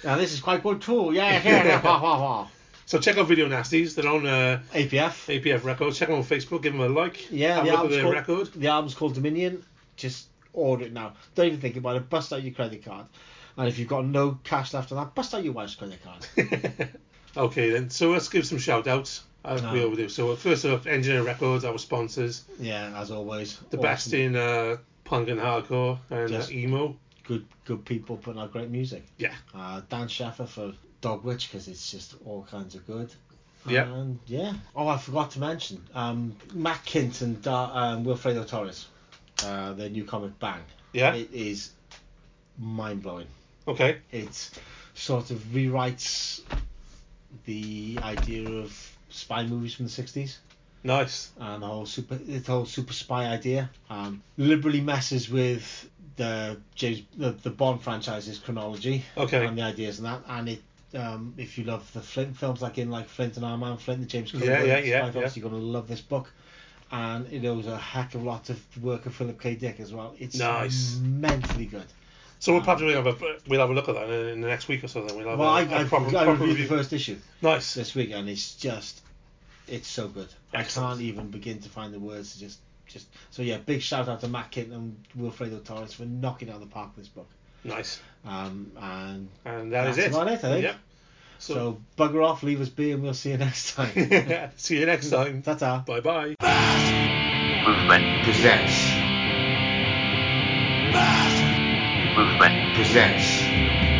S2: Now this is quite good too. Yes, yes, yes, ha, ha, ha.
S1: So check out Video Nasties. They're on uh,
S2: APF.
S1: APF Records. Check them on Facebook. Give them a like.
S2: Yeah,
S1: Have a look
S2: the
S1: at
S2: album's
S1: their
S2: called,
S1: record.
S2: The album's called Dominion. Just order it now. Don't even think about it. Bust out your credit card. And if you've got no cash left on that, bust out your wife's credit card.
S1: Okay then. So let's give some shout outs. As we
S2: Ah.
S1: always do. So first up, Engineer Records, our sponsors.
S2: yeah, as always.
S1: the best in uh, punk and hardcore and
S2: Yes.
S1: uh, emo.
S2: Good, good people putting out great music.
S1: Yeah.
S2: Uh, Dan Sheffer for Dog Witch because it's just all kinds of good.
S1: Yeah.
S2: And yeah. Oh, I forgot to mention um, Matt Kint and Dar- um, Wilfredo Torres, uh, their new comic Bang.
S1: Yeah.
S2: It is mind blowing.
S1: Okay.
S2: It sort of rewrites the idea of spy movies from the 60s
S1: Nice.
S2: and um, the whole super the whole super spy idea um, liberally messes with the James the, the Bond franchise's chronology
S1: Okay.
S2: and the ideas and that and it um, if you love the Flint films like in like Flint and Our Man Flint the James Cook
S1: Yeah,
S2: book,
S1: yeah, yeah,
S2: spy films,
S1: yeah.
S2: you're gonna love this book and it owes a heck of a lot of work of Philip K Dick as well it's
S1: Nice.
S2: mentally good
S1: So we'll probably have a we'll have a look at that in the next week or so. Then we'll have
S2: well
S1: a,
S2: I,
S1: a
S2: I,
S1: proper,
S2: I
S1: proper
S2: reviewed the
S1: review.
S2: first issue
S1: Nice.
S2: this week, and it's just, it's so good. I
S1: Excellent.
S2: can't even begin to find the words to just, just. So yeah, big shout out to Matt Kint and Wilfredo Torres for knocking it out of the park with this book.
S1: Nice.
S2: Um, and
S1: And that is it.
S2: That's about it, I think.
S1: Yep.
S2: so,
S1: So,
S2: bugger off, leave us be, and we'll see you next time.
S1: see you next time.
S2: Ta ta.
S1: Bye bye.
S7: Movement,
S4: presents.
S5: Mass
S4: Movement presents.